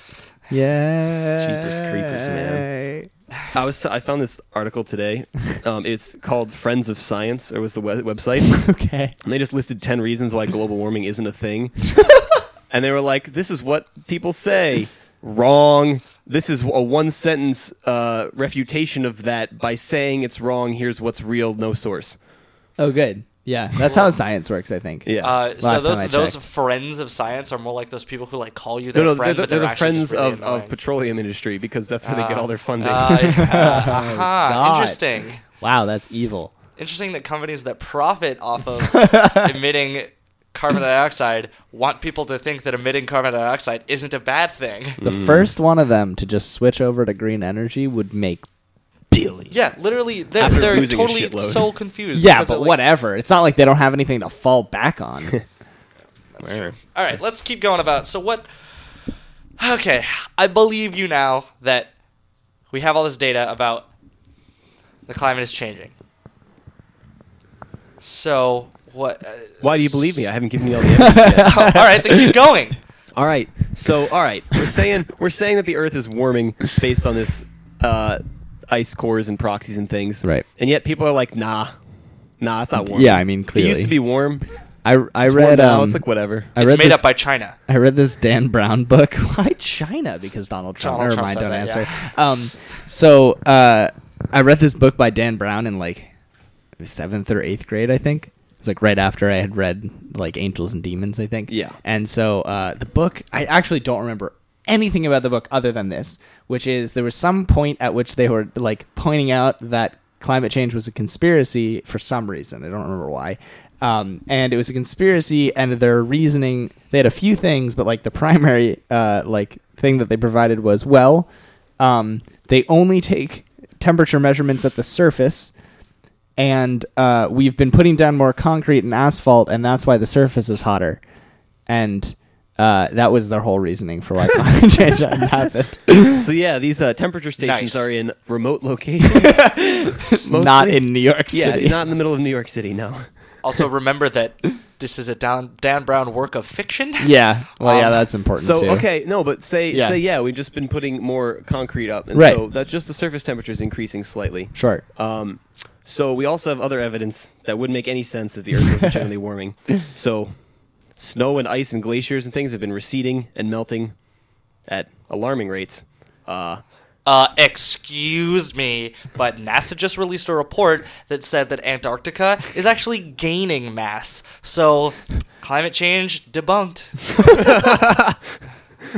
Speaker 2: Yeah.
Speaker 3: Jeepers creepers, man. I was I found this article today. Um, it's called Friends of Science, or was the we- website?
Speaker 2: Okay.
Speaker 3: And they just listed ten reasons why global warming isn't a thing. and they were like, "This is what people say." Wrong. This is a one sentence uh, refutation of that by saying it's wrong. Here's what's real. No source.
Speaker 2: Oh, good. Yeah. That's how science works, I think.
Speaker 3: Yeah.
Speaker 1: Uh, so
Speaker 2: Last
Speaker 1: those
Speaker 2: time I
Speaker 1: those
Speaker 2: checked.
Speaker 1: friends of science are more like those people who like call you
Speaker 3: no,
Speaker 1: their
Speaker 3: no,
Speaker 1: friend,
Speaker 3: they're,
Speaker 1: but they're,
Speaker 3: the
Speaker 1: actually
Speaker 3: friends
Speaker 1: just really
Speaker 3: of, of
Speaker 1: annoying.
Speaker 3: petroleum industry because that's where they get all their funding.
Speaker 1: Uh, yeah. Aha.
Speaker 2: Oh, God.
Speaker 1: Interesting.
Speaker 2: Wow, that's evil.
Speaker 1: Interesting that companies that profit off of emitting carbon dioxide want people to think that emitting carbon dioxide isn't a bad thing.
Speaker 2: The first one of them to just switch over to green energy would make billions.
Speaker 1: Yeah, literally, they're,
Speaker 3: After
Speaker 1: they're
Speaker 3: losing a
Speaker 1: totally
Speaker 3: shitload.
Speaker 1: so confused.
Speaker 2: Yeah,
Speaker 1: because
Speaker 2: but
Speaker 1: it, like,
Speaker 2: whatever. It's not like they don't have anything to fall back on.
Speaker 1: All right, let's keep going about. So what? Okay, I believe you now that we have all this data about the climate is changing. So what? Uh,
Speaker 3: Why do you believe me? I haven't given you all the evidence yet.
Speaker 1: all right, then keep going.
Speaker 3: All right. So, all right, we're saying we're saying that the Earth is warming based on this uh, ice cores and proxies and things,
Speaker 2: Right.
Speaker 3: And yet people are like, nah, nah, it's not warm.
Speaker 2: Yeah, I mean,
Speaker 3: it used
Speaker 2: clearly.
Speaker 3: to be warm.
Speaker 2: I, I
Speaker 3: It's warm
Speaker 2: read
Speaker 3: now.
Speaker 2: um,
Speaker 3: it's like whatever.
Speaker 2: I
Speaker 1: It's
Speaker 2: read
Speaker 1: made
Speaker 2: this,
Speaker 1: up by China.
Speaker 2: I read this Dan Brown book. Why China? Because Donald Trump.
Speaker 1: Donald
Speaker 2: Never
Speaker 1: Trump
Speaker 2: mind.
Speaker 1: said
Speaker 2: Don't
Speaker 1: that,
Speaker 2: answer.
Speaker 1: yeah.
Speaker 2: Um, so uh, I read this book by Dan Brown in like seventh or eighth grade, I think. It was like right after I had read like Angels and Demons, I think.
Speaker 3: Yeah.
Speaker 2: And so uh, the book, I actually don't remember anything about the book other than this, which is there was some point at which they were like pointing out that climate change was a conspiracy for some reason. I don't remember why. Um, and it was a conspiracy, and their reasoning, they had a few things, but like the primary uh, like thing that they provided was well, um, they only take temperature measurements at the surface and uh, we've been putting down more concrete and asphalt, and that's why the surface is hotter. And uh, that was their whole reasoning for why climate change hadn't happened.
Speaker 3: so yeah, these uh, temperature stations
Speaker 1: Nice.
Speaker 3: are in remote locations,
Speaker 2: Not in New York
Speaker 3: yeah,
Speaker 2: City.
Speaker 3: not in the middle of New York City. No,
Speaker 1: Also, remember that this is a Dan, Dan Brown work of fiction.
Speaker 2: yeah. Well, yeah,
Speaker 1: Um,
Speaker 2: that's important
Speaker 3: so
Speaker 2: too.
Speaker 3: okay, no, but say
Speaker 2: Yeah.
Speaker 3: say yeah, we've just been putting more concrete up, and
Speaker 2: Right.
Speaker 3: so that's just the surface temperature is increasing slightly.
Speaker 2: Sure.
Speaker 3: Um, so we also have other evidence that would make any sense that the Earth wasn't generally warming. So snow and ice and glaciers and things have been receding and melting at alarming rates. Uh,
Speaker 1: Uh, excuse me, but NASA just released a report that said that Antarctica is actually gaining mass. So, climate change debunked.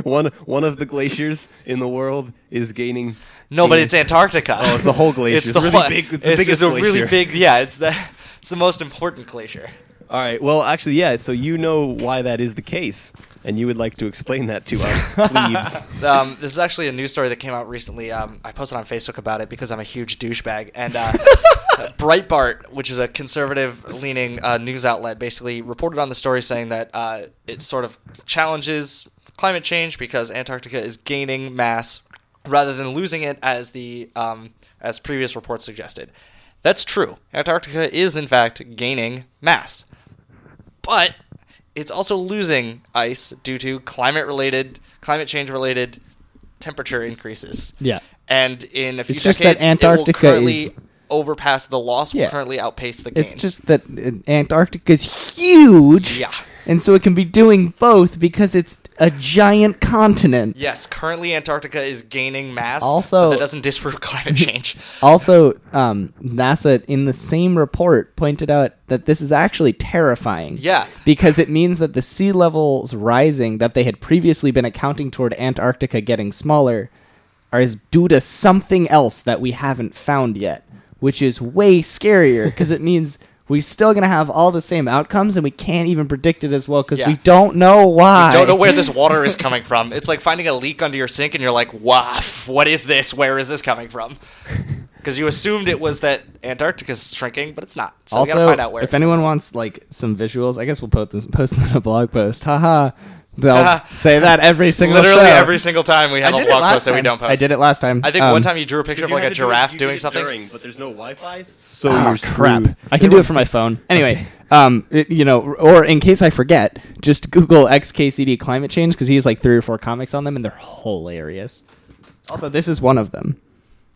Speaker 3: one one of the glaciers in the world is gaining.
Speaker 1: No, but
Speaker 3: gaining-
Speaker 1: it's Antarctica.
Speaker 3: Oh, it's the whole glacier. It's, really
Speaker 1: whole-
Speaker 3: big. It's, the
Speaker 1: it's-
Speaker 3: biggest
Speaker 1: it's a really
Speaker 3: glacier.
Speaker 1: big. Yeah, it's the it's the most important glacier.
Speaker 3: All right. Well, actually, yeah. So you know why that is the case, and you would like to explain that to us, plebes.
Speaker 1: Um, this is actually a news story that came out recently. Um, I posted on Facebook about it because I'm a huge douchebag. And uh, Breitbart, which is a conservative-leaning uh, news outlet, basically reported on the story saying that uh, it sort of challenges climate change because Antarctica is gaining mass rather than losing it, as the um, as previous reports suggested. That's true. Antarctica is in fact gaining mass but it's also losing ice due to climate related climate change related temperature increases.
Speaker 2: Yeah.
Speaker 1: And in a few
Speaker 2: just that
Speaker 1: decades
Speaker 2: Antarctica
Speaker 1: it will currently
Speaker 2: is-
Speaker 1: overpass the loss will
Speaker 2: Yeah.
Speaker 1: currently outpace the gain.
Speaker 2: It's just that uh, Antarctica is huge.
Speaker 1: Yeah.
Speaker 2: And so it can be doing both because it's a giant continent.
Speaker 1: Yes, currently Antarctica is gaining mass. but
Speaker 2: Also-
Speaker 1: that doesn't disprove climate change.
Speaker 2: Also, um, NASA in the same report pointed out that this is actually terrifying.
Speaker 1: Yeah.
Speaker 2: Because it means that the sea levels rising that they had previously been accounting toward Antarctica getting smaller are is due to something else that we haven't found yet, which is way scarier because it means we're still going to have all the same outcomes and we can't even predict it as well because
Speaker 1: Yeah.
Speaker 2: we don't know why.
Speaker 1: Don't know where this water is coming from. It's like finding a leak under your sink and you're like, wow, what is this? Where is this coming from? Because you assumed it was that Antarctica's shrinking, but it's not. So we gotta
Speaker 2: also,
Speaker 1: find out where
Speaker 2: if
Speaker 1: it's
Speaker 2: anyone wants like some visuals, I guess we'll post this, post it in a blog post. Haha, They'll say that every single
Speaker 1: Literally
Speaker 2: show.
Speaker 1: every single time we have
Speaker 2: uh, I
Speaker 1: a
Speaker 2: did it
Speaker 1: blog
Speaker 2: last
Speaker 1: post that we
Speaker 2: time.
Speaker 1: don't post.
Speaker 2: I did it last time.
Speaker 1: I think
Speaker 2: Um,
Speaker 1: one time you drew a picture of like a giraffe doing something. Ah,
Speaker 3: but there's no Wi-Fi, so
Speaker 2: Oh,
Speaker 3: you're
Speaker 2: crap. I can do it from my phone. Anyway, um, it- you know, or in case I forget, just Google XKCD climate change because he has like three or four comics on them and they're hilarious. Also, this is one of them.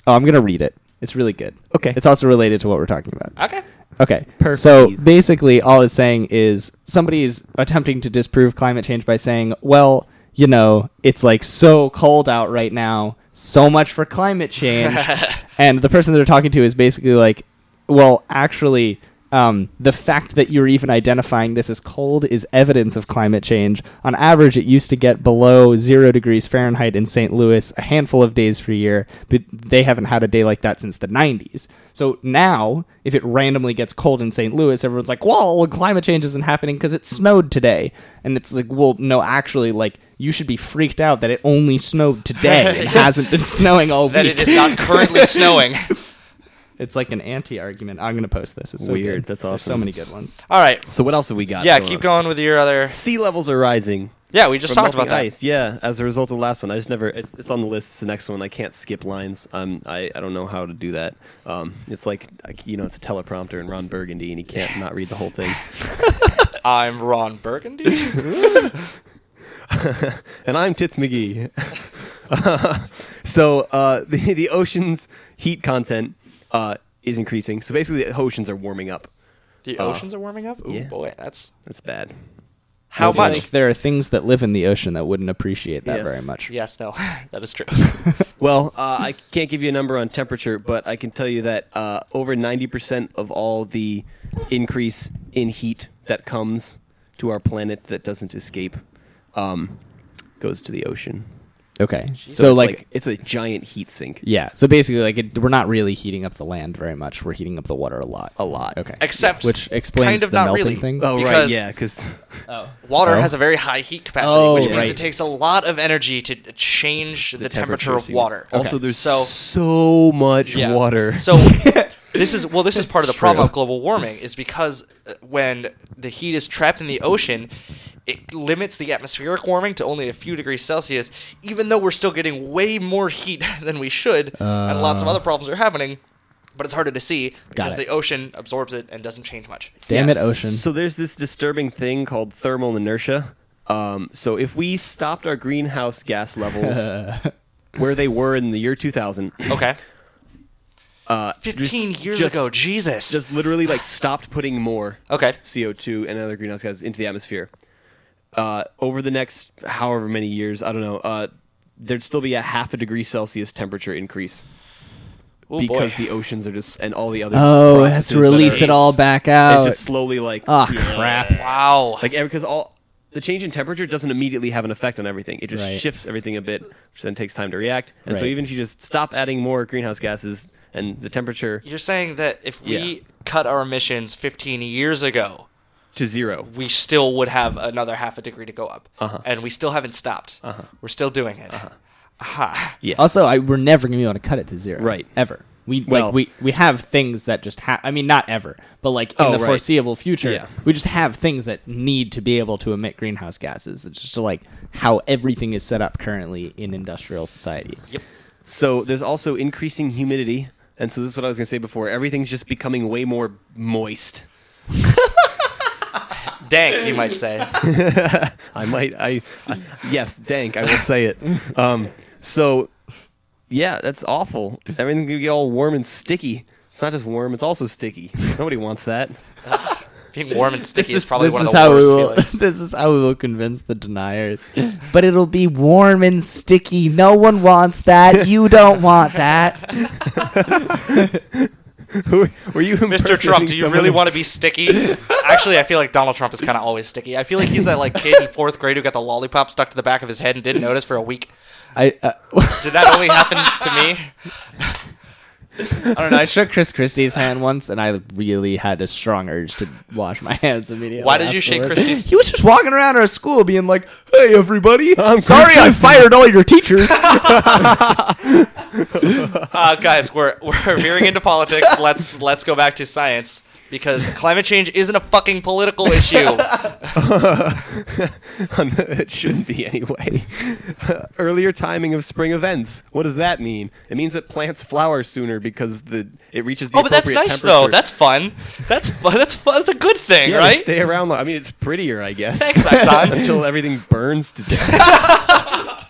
Speaker 2: Oh, I'm gonna read it. It's really good.
Speaker 3: Okay.
Speaker 2: It's also related to what we're talking about.
Speaker 1: Okay.
Speaker 2: Okay.
Speaker 3: Perfect.
Speaker 2: So basically, all it's saying is somebody is attempting to disprove climate change by saying, well, you know, it's like so cold out right now, so much for climate change. and the person they're talking to is basically like, well, actually, um, the fact that you're even identifying this as cold is evidence of climate change. On average, it used to get below zero degrees Fahrenheit in St. Louis a handful of days per year, but they haven't had a day like that since the 90s. So now, if it randomly gets cold in St. Louis, everyone's like, well, climate change isn't happening because it snowed today. And it's like, well, no, actually, like, you should be freaked out that it only snowed today. It hasn't been snowing all
Speaker 1: That
Speaker 2: week.
Speaker 1: it is not currently snowing.
Speaker 2: It's like an anti argument. I'm going to post this. It's so
Speaker 3: Weird.
Speaker 2: good.
Speaker 3: That's
Speaker 2: There's so
Speaker 3: awesome.
Speaker 2: many good ones.
Speaker 1: All right.
Speaker 3: So what else have we got?
Speaker 1: Yeah, keep
Speaker 3: on?
Speaker 1: going with your other.
Speaker 3: Sea levels are rising.
Speaker 1: Yeah, we just
Speaker 3: from
Speaker 1: talked about
Speaker 3: melting
Speaker 1: that.
Speaker 3: ice. Yeah, as a result of the last one, I just never. It's, it's on the list. It's the next one. I can't skip lines. Um, I, I don't know how to do that. Um, it's like like, you know, it's a teleprompter and Ron Burgundy, and he can't not read the whole thing.
Speaker 1: I'm Ron Burgundy.
Speaker 3: and I'm Tits McGee. so uh, the the ocean's heat content uh, is increasing. So basically, the oceans are warming up.
Speaker 1: The
Speaker 3: Uh,
Speaker 1: oceans are warming up. Ooh
Speaker 3: yeah.
Speaker 1: boy, that's
Speaker 3: That's bad.
Speaker 1: how
Speaker 2: I feel
Speaker 1: much?
Speaker 2: like there are things that live in the ocean that wouldn't appreciate that
Speaker 3: Yeah.
Speaker 2: very much.
Speaker 1: yes, no, that is true.
Speaker 3: Well, uh, I can't give you a number on temperature, but I can tell you that uh, over 90% of all the increase in heat that comes to our planet that doesn't escape um, goes to the ocean.
Speaker 2: Okay. so
Speaker 3: it's
Speaker 2: like,
Speaker 3: it's a giant heat sink.
Speaker 2: yeah. So basically like it, we're not really heating up the land very much. We're heating up the water a lot.
Speaker 3: A lot.
Speaker 2: Okay.
Speaker 1: Except
Speaker 2: which explains
Speaker 1: kind of
Speaker 2: the
Speaker 1: not
Speaker 2: melting
Speaker 1: really.
Speaker 2: things.
Speaker 3: Oh, right.
Speaker 1: Because-
Speaker 3: Yeah, because
Speaker 1: Water
Speaker 2: Oh.
Speaker 1: has a very high heat capacity,
Speaker 2: Oh,
Speaker 1: which means
Speaker 2: right.
Speaker 1: it takes a lot of energy to change the, temperature, of
Speaker 3: seems-
Speaker 1: water.
Speaker 3: Also, there's so,
Speaker 1: so
Speaker 3: so much
Speaker 1: yeah.
Speaker 3: water.
Speaker 1: So this is well, this is part of the problem of global warming is because uh, when the heat is trapped in the ocean. It limits the atmospheric warming to only a few degrees Celsius, even though we're still getting way more heat than we should, and lots of
Speaker 3: Uh.
Speaker 1: other problems are happening. But it's harder to see because
Speaker 2: it.
Speaker 1: the ocean absorbs it and doesn't change much.
Speaker 2: Damn
Speaker 3: Yeah,
Speaker 2: it, ocean.
Speaker 3: So there's this disturbing thing called thermal inertia. Um, so if we stopped our greenhouse gas levels where they were in the year 2000,
Speaker 1: Okay,
Speaker 3: uh,
Speaker 1: fifteen
Speaker 3: just-
Speaker 1: years
Speaker 3: just-
Speaker 1: ago, Jesus.
Speaker 3: just literally like stopped putting more
Speaker 1: okay,
Speaker 3: CO2 and other greenhouse gases into the atmosphere. Uh, over the next however many years, I don't know, uh, there'd still be a half a degree Celsius temperature increase
Speaker 1: Ooh,
Speaker 3: because
Speaker 1: Oh, boy.
Speaker 3: the oceans are just and all the other
Speaker 2: oh, it has
Speaker 3: processes
Speaker 2: to release
Speaker 3: that
Speaker 2: it
Speaker 3: are-
Speaker 2: all back
Speaker 3: It's
Speaker 2: out.
Speaker 3: just slowly like
Speaker 2: oh, crap.
Speaker 1: wow.
Speaker 3: like because all the change in temperature doesn't immediately have an effect on everything. It just
Speaker 2: Right.
Speaker 3: shifts everything a bit, which then takes time to react. And so
Speaker 2: Right.
Speaker 3: even if you just stop adding more greenhouse gases and the temperature
Speaker 1: You're saying that if we
Speaker 3: Yeah.
Speaker 1: cut our emissions 15 years ago,
Speaker 3: to zero,
Speaker 1: we still would have another half a degree to go up.
Speaker 2: Uh-huh.
Speaker 1: And we still haven't stopped. We're still doing it. Aha.
Speaker 3: yeah,
Speaker 2: Also, I, we're never going to be able to cut it to zero.
Speaker 3: Right.
Speaker 2: Ever. We
Speaker 3: Well-
Speaker 2: like we we have things that just have. I mean, not ever, but like in
Speaker 3: Oh,
Speaker 2: the
Speaker 3: right.
Speaker 2: foreseeable future,
Speaker 3: Yeah.
Speaker 2: we just have things that need to be able to emit greenhouse gases. It's just like how everything is set up currently in industrial society.
Speaker 1: Yep.
Speaker 3: So there's also increasing humidity, and so this is what I was gonna say before. Everything's just becoming way more moist.
Speaker 1: Dank, you might say.
Speaker 3: I might, I, I yes, dank. I will say it. Um, so yeah, that's awful. Everything's gonna get all warm and sticky. It's not just warm; it's also sticky. Nobody wants that.
Speaker 1: Being warm and sticky is,
Speaker 2: is-
Speaker 1: probably
Speaker 2: this
Speaker 1: one of
Speaker 2: is
Speaker 1: the
Speaker 2: how
Speaker 1: worst
Speaker 2: we will,
Speaker 1: feelings.
Speaker 2: This is how we will convince the deniers. But it'll be warm and sticky. No one wants that. You don't want that.
Speaker 3: Who were you,
Speaker 1: Mr. Trump, do you really want to be sticky? Actually, I feel like Donald Trump is kind of always sticky. I feel like he's that like kid in fourth grade who got the lollipop stuck to the back of his head and didn't notice for a week.
Speaker 2: I uh,
Speaker 1: Did that only happen to me?
Speaker 2: I don't know. I shook Chris Christie's hand once, and I really had a strong urge to wash my hands immediately.
Speaker 1: Why did you shake
Speaker 2: afterward.
Speaker 1: Christie's-
Speaker 2: He was just walking around our school, being like, "Hey, everybody!
Speaker 3: I'm Chris
Speaker 2: sorry, I
Speaker 3: Christie."
Speaker 2: fired all your teachers."
Speaker 1: Uh, guys, we're we're veering into politics. Let's let's go back to science. because climate change isn't a fucking political issue.
Speaker 3: it shouldn't be anyway. Earlier timing of spring events. What does that mean? It means that plants flower sooner because the it reaches the
Speaker 1: oh, but that's
Speaker 3: appropriate
Speaker 1: nice though.
Speaker 3: temperature.
Speaker 1: That's fun. That's fun. That's fun. That's a good thing,
Speaker 3: yeah, they
Speaker 1: right?
Speaker 3: Stay around. lo- I mean, it's prettier, I guess.
Speaker 1: Thanks, Exxon.
Speaker 3: Until everything burns to death.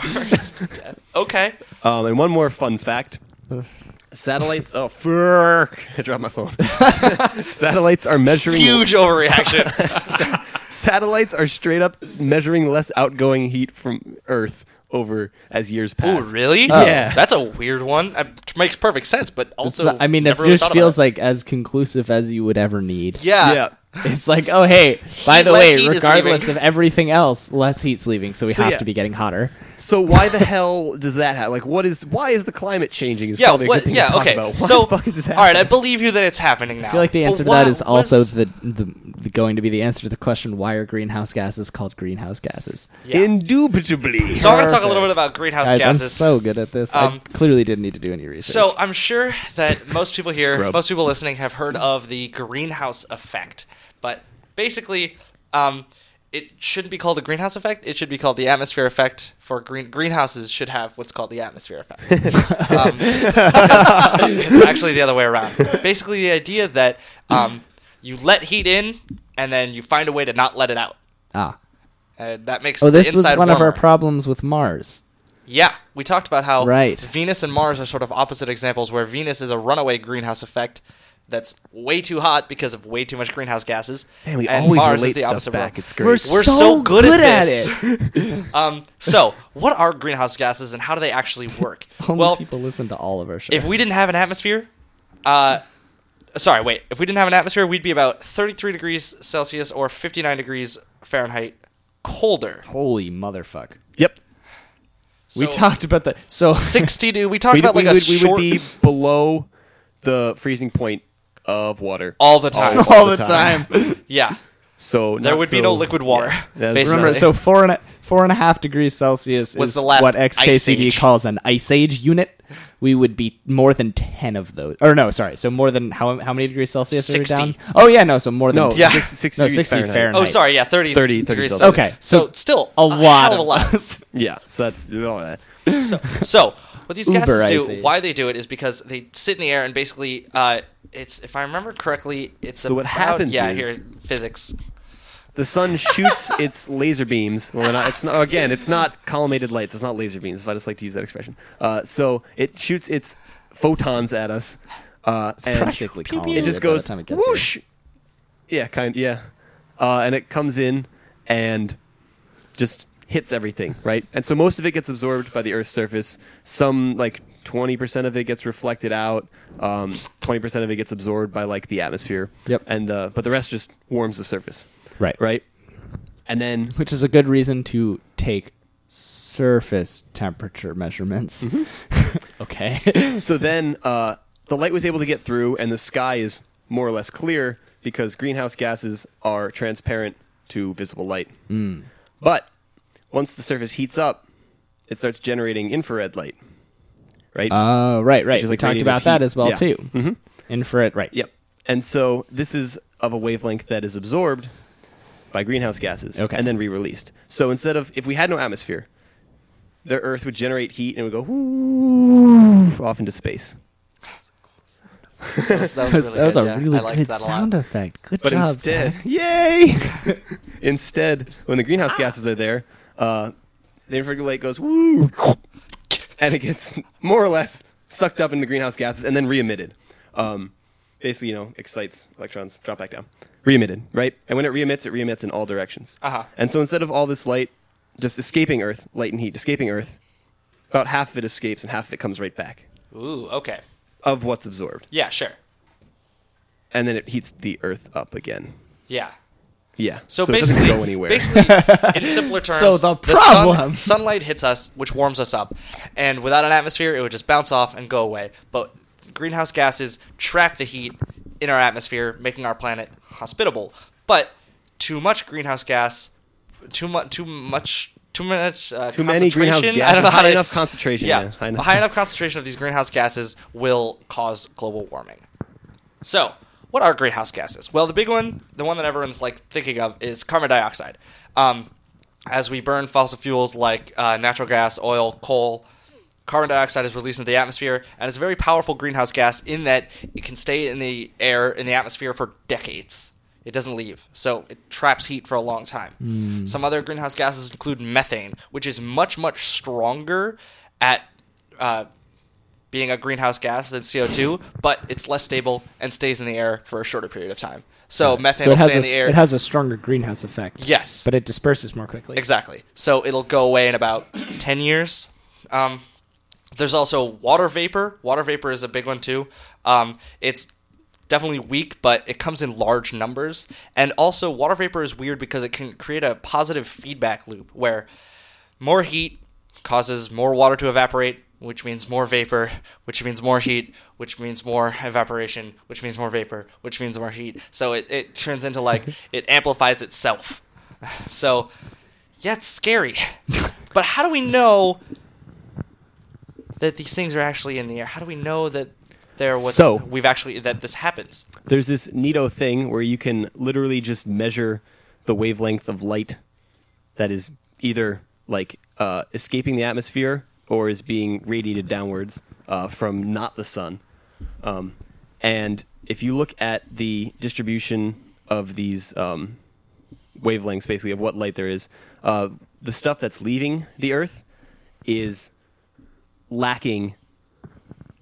Speaker 1: Burns to death. okay.
Speaker 3: Um, and one more fun fact. Satellites. Oh, frick. I dropped my phone. satellites are measuring.
Speaker 1: Huge overreaction.
Speaker 3: Satellites are straight up measuring less outgoing heat from Earth over as years
Speaker 1: Ooh,
Speaker 3: pass.
Speaker 1: really?
Speaker 3: Yeah.
Speaker 1: That's a weird one. It makes perfect sense, but
Speaker 2: It's
Speaker 1: also,
Speaker 2: not- I mean, it
Speaker 1: never really
Speaker 2: just
Speaker 1: thought about
Speaker 2: feels
Speaker 1: it.
Speaker 2: like as conclusive as you would ever need.
Speaker 1: yeah.
Speaker 3: Yeah.
Speaker 2: It's like, oh hey, by the
Speaker 1: less
Speaker 2: way,
Speaker 1: heat is
Speaker 2: regardless of
Speaker 1: leaving.
Speaker 2: everything else, less heat's leaving, so we
Speaker 3: So,
Speaker 2: have
Speaker 3: yeah.
Speaker 2: to be getting hotter.
Speaker 3: So why the hell does that happen? Like, what is? Why is the climate changing? Is
Speaker 1: Yeah.
Speaker 3: probably a good
Speaker 1: What?
Speaker 3: thing to
Speaker 1: Yeah.
Speaker 3: talk
Speaker 1: Okay.
Speaker 3: about. Why
Speaker 1: So,
Speaker 3: the fuck is this
Speaker 1: all right, I
Speaker 3: happening?
Speaker 1: believe you that it's happening now.
Speaker 2: I feel like the
Speaker 1: Oh, But
Speaker 2: answer to
Speaker 1: why-
Speaker 2: that is
Speaker 1: what
Speaker 2: also the, the, the going to be the answer to the question why are greenhouse gases called greenhouse gases?
Speaker 1: Yeah.
Speaker 3: Indubitably.
Speaker 1: So I'm going to talk a little bit about greenhouse
Speaker 2: Guys,
Speaker 1: gases.
Speaker 2: I'm so good at this.
Speaker 1: Um,
Speaker 2: I clearly didn't need to do any research.
Speaker 1: So I'm sure that most people here,
Speaker 3: Scrub.
Speaker 1: most people listening, have heard of the greenhouse effect. But basically, um, it shouldn't be called the greenhouse effect. It should be called the atmosphere effect. For green greenhouses should have what's called the atmosphere effect. um, it's, it's actually the other way around. Basically, the idea that um, you let heat in and then you find a way to not let it out.
Speaker 2: ah,
Speaker 1: And that makes
Speaker 2: oh,
Speaker 1: the
Speaker 2: this was
Speaker 1: inside
Speaker 2: one of our
Speaker 1: warmer.
Speaker 2: problems with Mars.
Speaker 1: Yeah, we talked about how
Speaker 2: Right.
Speaker 1: Venus and Mars are sort of opposite examples, where Venus is a runaway greenhouse effect that's way too hot because of way too much greenhouse gases,
Speaker 3: Man, we
Speaker 1: and
Speaker 3: always
Speaker 1: Mars
Speaker 3: relate
Speaker 1: is the
Speaker 3: stuff
Speaker 1: opposite.
Speaker 3: back.
Speaker 1: way.
Speaker 3: It's great.
Speaker 1: We're so good at this.
Speaker 2: it.
Speaker 1: um, so, what are greenhouse gases and how do they actually work?
Speaker 2: Only
Speaker 1: well,
Speaker 2: people listen to all of our shows.
Speaker 1: if we didn't have an atmosphere, uh, sorry, wait, if we didn't have an atmosphere, we'd be about 33 degrees Celsius or 59 degrees Fahrenheit colder.
Speaker 2: holy motherfuck,
Speaker 3: yep.
Speaker 2: we
Speaker 1: So-
Speaker 2: talked about that. So
Speaker 1: 60 do we talked
Speaker 3: We,
Speaker 1: about
Speaker 3: we
Speaker 1: like a
Speaker 3: would, we
Speaker 1: short
Speaker 3: would be below the freezing point of water.
Speaker 1: all the time.
Speaker 3: all the time.
Speaker 1: Yeah.
Speaker 3: So
Speaker 1: There
Speaker 3: not
Speaker 1: would be
Speaker 3: so-
Speaker 1: no liquid water.
Speaker 3: That's-
Speaker 1: basically.
Speaker 2: remember, so four and a, four and a half degrees Celsius
Speaker 1: Was
Speaker 2: is
Speaker 1: the last
Speaker 2: what
Speaker 1: ice
Speaker 2: XKCD
Speaker 1: age.
Speaker 2: calls an ice age unit. We would be more than ten of those, or no, sorry, so more than how how many degrees Celsius are we
Speaker 1: 60.
Speaker 2: down? Oh yeah, no, so more than
Speaker 3: No,
Speaker 1: Yeah.
Speaker 3: six- six
Speaker 2: No,
Speaker 3: degrees
Speaker 2: 60
Speaker 3: Fahrenheit.
Speaker 2: Fahrenheit.
Speaker 1: Oh, sorry. Yeah, 30,
Speaker 3: 30
Speaker 1: degrees
Speaker 3: Celsius.
Speaker 1: Celsius.
Speaker 2: Okay,
Speaker 1: So,
Speaker 2: so
Speaker 1: still
Speaker 2: a lot
Speaker 1: hell of a
Speaker 2: of
Speaker 1: lot.
Speaker 3: Yeah, so that's all that.
Speaker 1: so, so what these
Speaker 2: Uber
Speaker 1: gases do,
Speaker 2: icy.
Speaker 1: why they do it, is because they sit in the air and basically, uh, it's if I remember correctly, it's
Speaker 3: So what
Speaker 1: about-
Speaker 3: happens
Speaker 1: Yeah,
Speaker 3: is-
Speaker 1: here physics.
Speaker 3: The sun shoots its laser beams. Well, they're not, it's not again. It's not collimated lights. It's not laser beams. If I just like to use that expression. Uh, so it shoots its photons at us. Uh, and
Speaker 2: practically
Speaker 3: pew, pew,
Speaker 2: collimated
Speaker 3: It just
Speaker 2: by the
Speaker 3: goes
Speaker 2: time it gets here.
Speaker 3: whoosh. Yeah, kind. Yeah, uh, and it comes in and just hits everything, right? And so most of it gets absorbed by the Earth's surface. Some like 20% of it gets reflected out. Um, 20% of it gets absorbed by like the atmosphere.
Speaker 2: Yep.
Speaker 3: And uh, but the rest just warms the surface,
Speaker 2: Right,
Speaker 3: right? And then
Speaker 2: which is a good reason to take surface temperature measurements.
Speaker 1: Mm-hmm.
Speaker 2: okay,
Speaker 3: so then uh, the light was able to get through, and the sky is more or less clear because greenhouse gases are transparent to visible light. But once the surface heats up, it starts generating infrared light, right?
Speaker 2: uh, right, right.
Speaker 3: Which is
Speaker 2: we
Speaker 3: like
Speaker 2: talked
Speaker 3: radiative
Speaker 2: about that
Speaker 3: heat.
Speaker 2: as well
Speaker 3: Yeah.
Speaker 2: too.
Speaker 1: Mm-hmm.
Speaker 2: Infrared, right?
Speaker 3: Yep. And so this is of a wavelength that is absorbed by greenhouse gases
Speaker 2: Okay.
Speaker 3: and then re-released. So instead of if we had no atmosphere, the Earth would generate heat and it would go whoo- off into space.
Speaker 1: That was, that was
Speaker 2: That
Speaker 1: really good,
Speaker 2: was, a
Speaker 1: yeah.
Speaker 2: really
Speaker 1: I liked
Speaker 2: good
Speaker 1: that a lot.
Speaker 2: sound effect. Good
Speaker 3: But
Speaker 2: job.
Speaker 3: instead,
Speaker 2: Zach.
Speaker 3: yay! instead, when the greenhouse
Speaker 1: Ah.
Speaker 3: gases are there, uh, the infrared light goes woo, and it gets more or less sucked up in the greenhouse gases and then re-emitted. Um, basically, you know, excites electrons, drop back down, re-emitted, right? And when it re-emits, it re-emits in all directions.
Speaker 1: Uh-huh.
Speaker 3: And so instead of all this light just escaping Earth, light and heat escaping Earth, about half of it escapes and half of it comes right back
Speaker 1: Ooh, okay.
Speaker 3: of what's absorbed,
Speaker 1: Yeah, sure.
Speaker 3: and then it heats the Earth up again.
Speaker 1: Yeah.
Speaker 3: Yeah.
Speaker 1: So,
Speaker 3: it doesn't
Speaker 1: basically,
Speaker 3: go anywhere.
Speaker 1: basically, in simpler terms,
Speaker 2: So the
Speaker 1: sun-
Speaker 2: problem-
Speaker 1: sunlight hits us, which warms us up, and without an atmosphere, it would just bounce off and go away. But greenhouse gases trap the heat in our atmosphere, making our planet hospitable. But too much greenhouse gas, too much, too much, too much, uh,
Speaker 3: Too many greenhouse
Speaker 1: concentration?
Speaker 3: gases.
Speaker 1: I don't know how
Speaker 3: High
Speaker 1: to-
Speaker 3: enough concentration, yeah, high
Speaker 1: high
Speaker 3: enough.
Speaker 1: enough. concentration of these greenhouse gases will cause global warming. So, what are greenhouse gases? Well, the big one, the one that everyone's like thinking of, is carbon dioxide. Um, as we burn fossil fuels like uh, natural gas, oil, coal, carbon dioxide is released into the atmosphere, and it's a very powerful greenhouse gas in that it can stay in the air in the atmosphere for decades. It doesn't leave, so it traps heat for a long time. Some other greenhouse gases include methane, which is much much stronger at uh, being a greenhouse gas than CO2, but it's less stable and stays in the air for a shorter period of time. So methane
Speaker 2: So
Speaker 1: will
Speaker 2: it has
Speaker 1: stay
Speaker 2: a,
Speaker 1: in the air.
Speaker 2: it has a stronger greenhouse effect.
Speaker 1: Yes.
Speaker 2: but it disperses more quickly.
Speaker 1: exactly. So it'll go away in about 10 years. Um, there's also water vapor. Water vapor is a big one too. Um, it's definitely weak, but it comes in large numbers. And also, water vapor is weird because it can create a positive feedback loop where more heat causes more water to evaporate, which means more vapor, which means more heat, which means more evaporation, which means more vapor, which means more heat. So it, it turns into like it amplifies itself. So, yeah, it's scary. but how do we know that these things are actually in the air? How do we know that they're what's
Speaker 3: So-
Speaker 1: we've actually that this happens?
Speaker 3: There's this neato thing where you can literally just measure the wavelength of light that is either like uh, escaping the atmosphere or is being radiated downwards uh, from not the sun. Um, and if you look at the distribution of these um, wavelengths, basically of what light there is, uh, the stuff that's leaving the Earth is lacking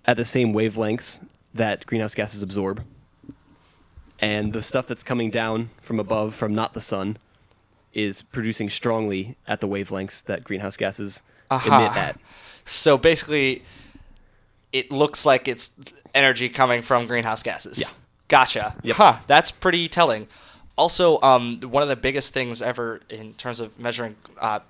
Speaker 3: at the same wavelengths that greenhouse gases absorb. And the stuff that's coming down from above, from not the sun, is producing strongly at the wavelengths that greenhouse gases emit
Speaker 1: Aha.
Speaker 3: at.
Speaker 1: So basically, it looks like it's energy coming from greenhouse gases.
Speaker 3: Yeah.
Speaker 1: Gotcha.
Speaker 3: Yep.
Speaker 1: Huh. That's pretty telling. Also, um, one of the biggest things ever in terms of measuring uh,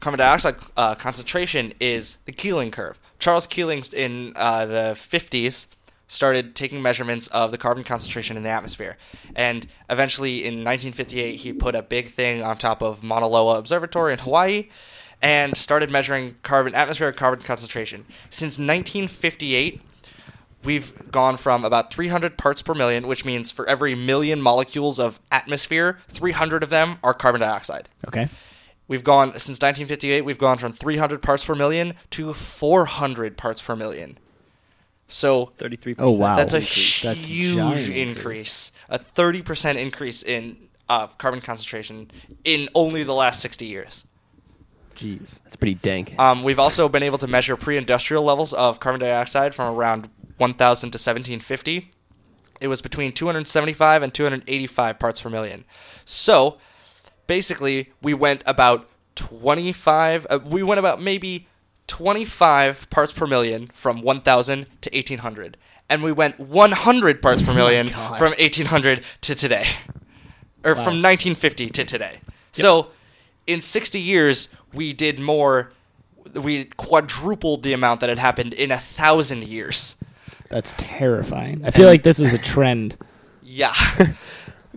Speaker 1: carbon dioxide uh, concentration is the Keeling curve. Charles Keeling in uh, the 50s started taking measurements of the carbon concentration in the atmosphere. And eventually, in 1958, he put a big thing on top of Mauna Loa Observatory in Hawaii and started measuring carbon atmospheric carbon concentration. Since 1958, we've gone from about 300 parts per million, which means for every million molecules of atmosphere, 300 of them are carbon dioxide.
Speaker 2: Okay.
Speaker 1: We've gone since 1958. We've gone from 300 parts per million to 400 parts per million. So
Speaker 3: 33%.
Speaker 2: Oh, wow.
Speaker 1: that's a
Speaker 2: Increase. That's a giant
Speaker 1: huge
Speaker 2: increase.
Speaker 1: increase, a 30 percent increase in uh, carbon concentration in only the last 60 years.
Speaker 2: Jeez.
Speaker 3: That's pretty dank.
Speaker 1: Um, we've also been able to measure pre-industrial levels of carbon dioxide from around 1,000 to 1750. It was between 275 and 285 parts per million. So, basically, we went about 25. Uh, we went about maybe 25 parts per million from 1,000 to 1,800, and we went 100 parts per million
Speaker 2: God.
Speaker 1: from 1,800 to today, or from 1950 to today. So, in 60 years, we did more. We quadrupled the amount that had happened in a thousand years.
Speaker 2: That's terrifying. I feel like this is a trend.
Speaker 1: Yeah.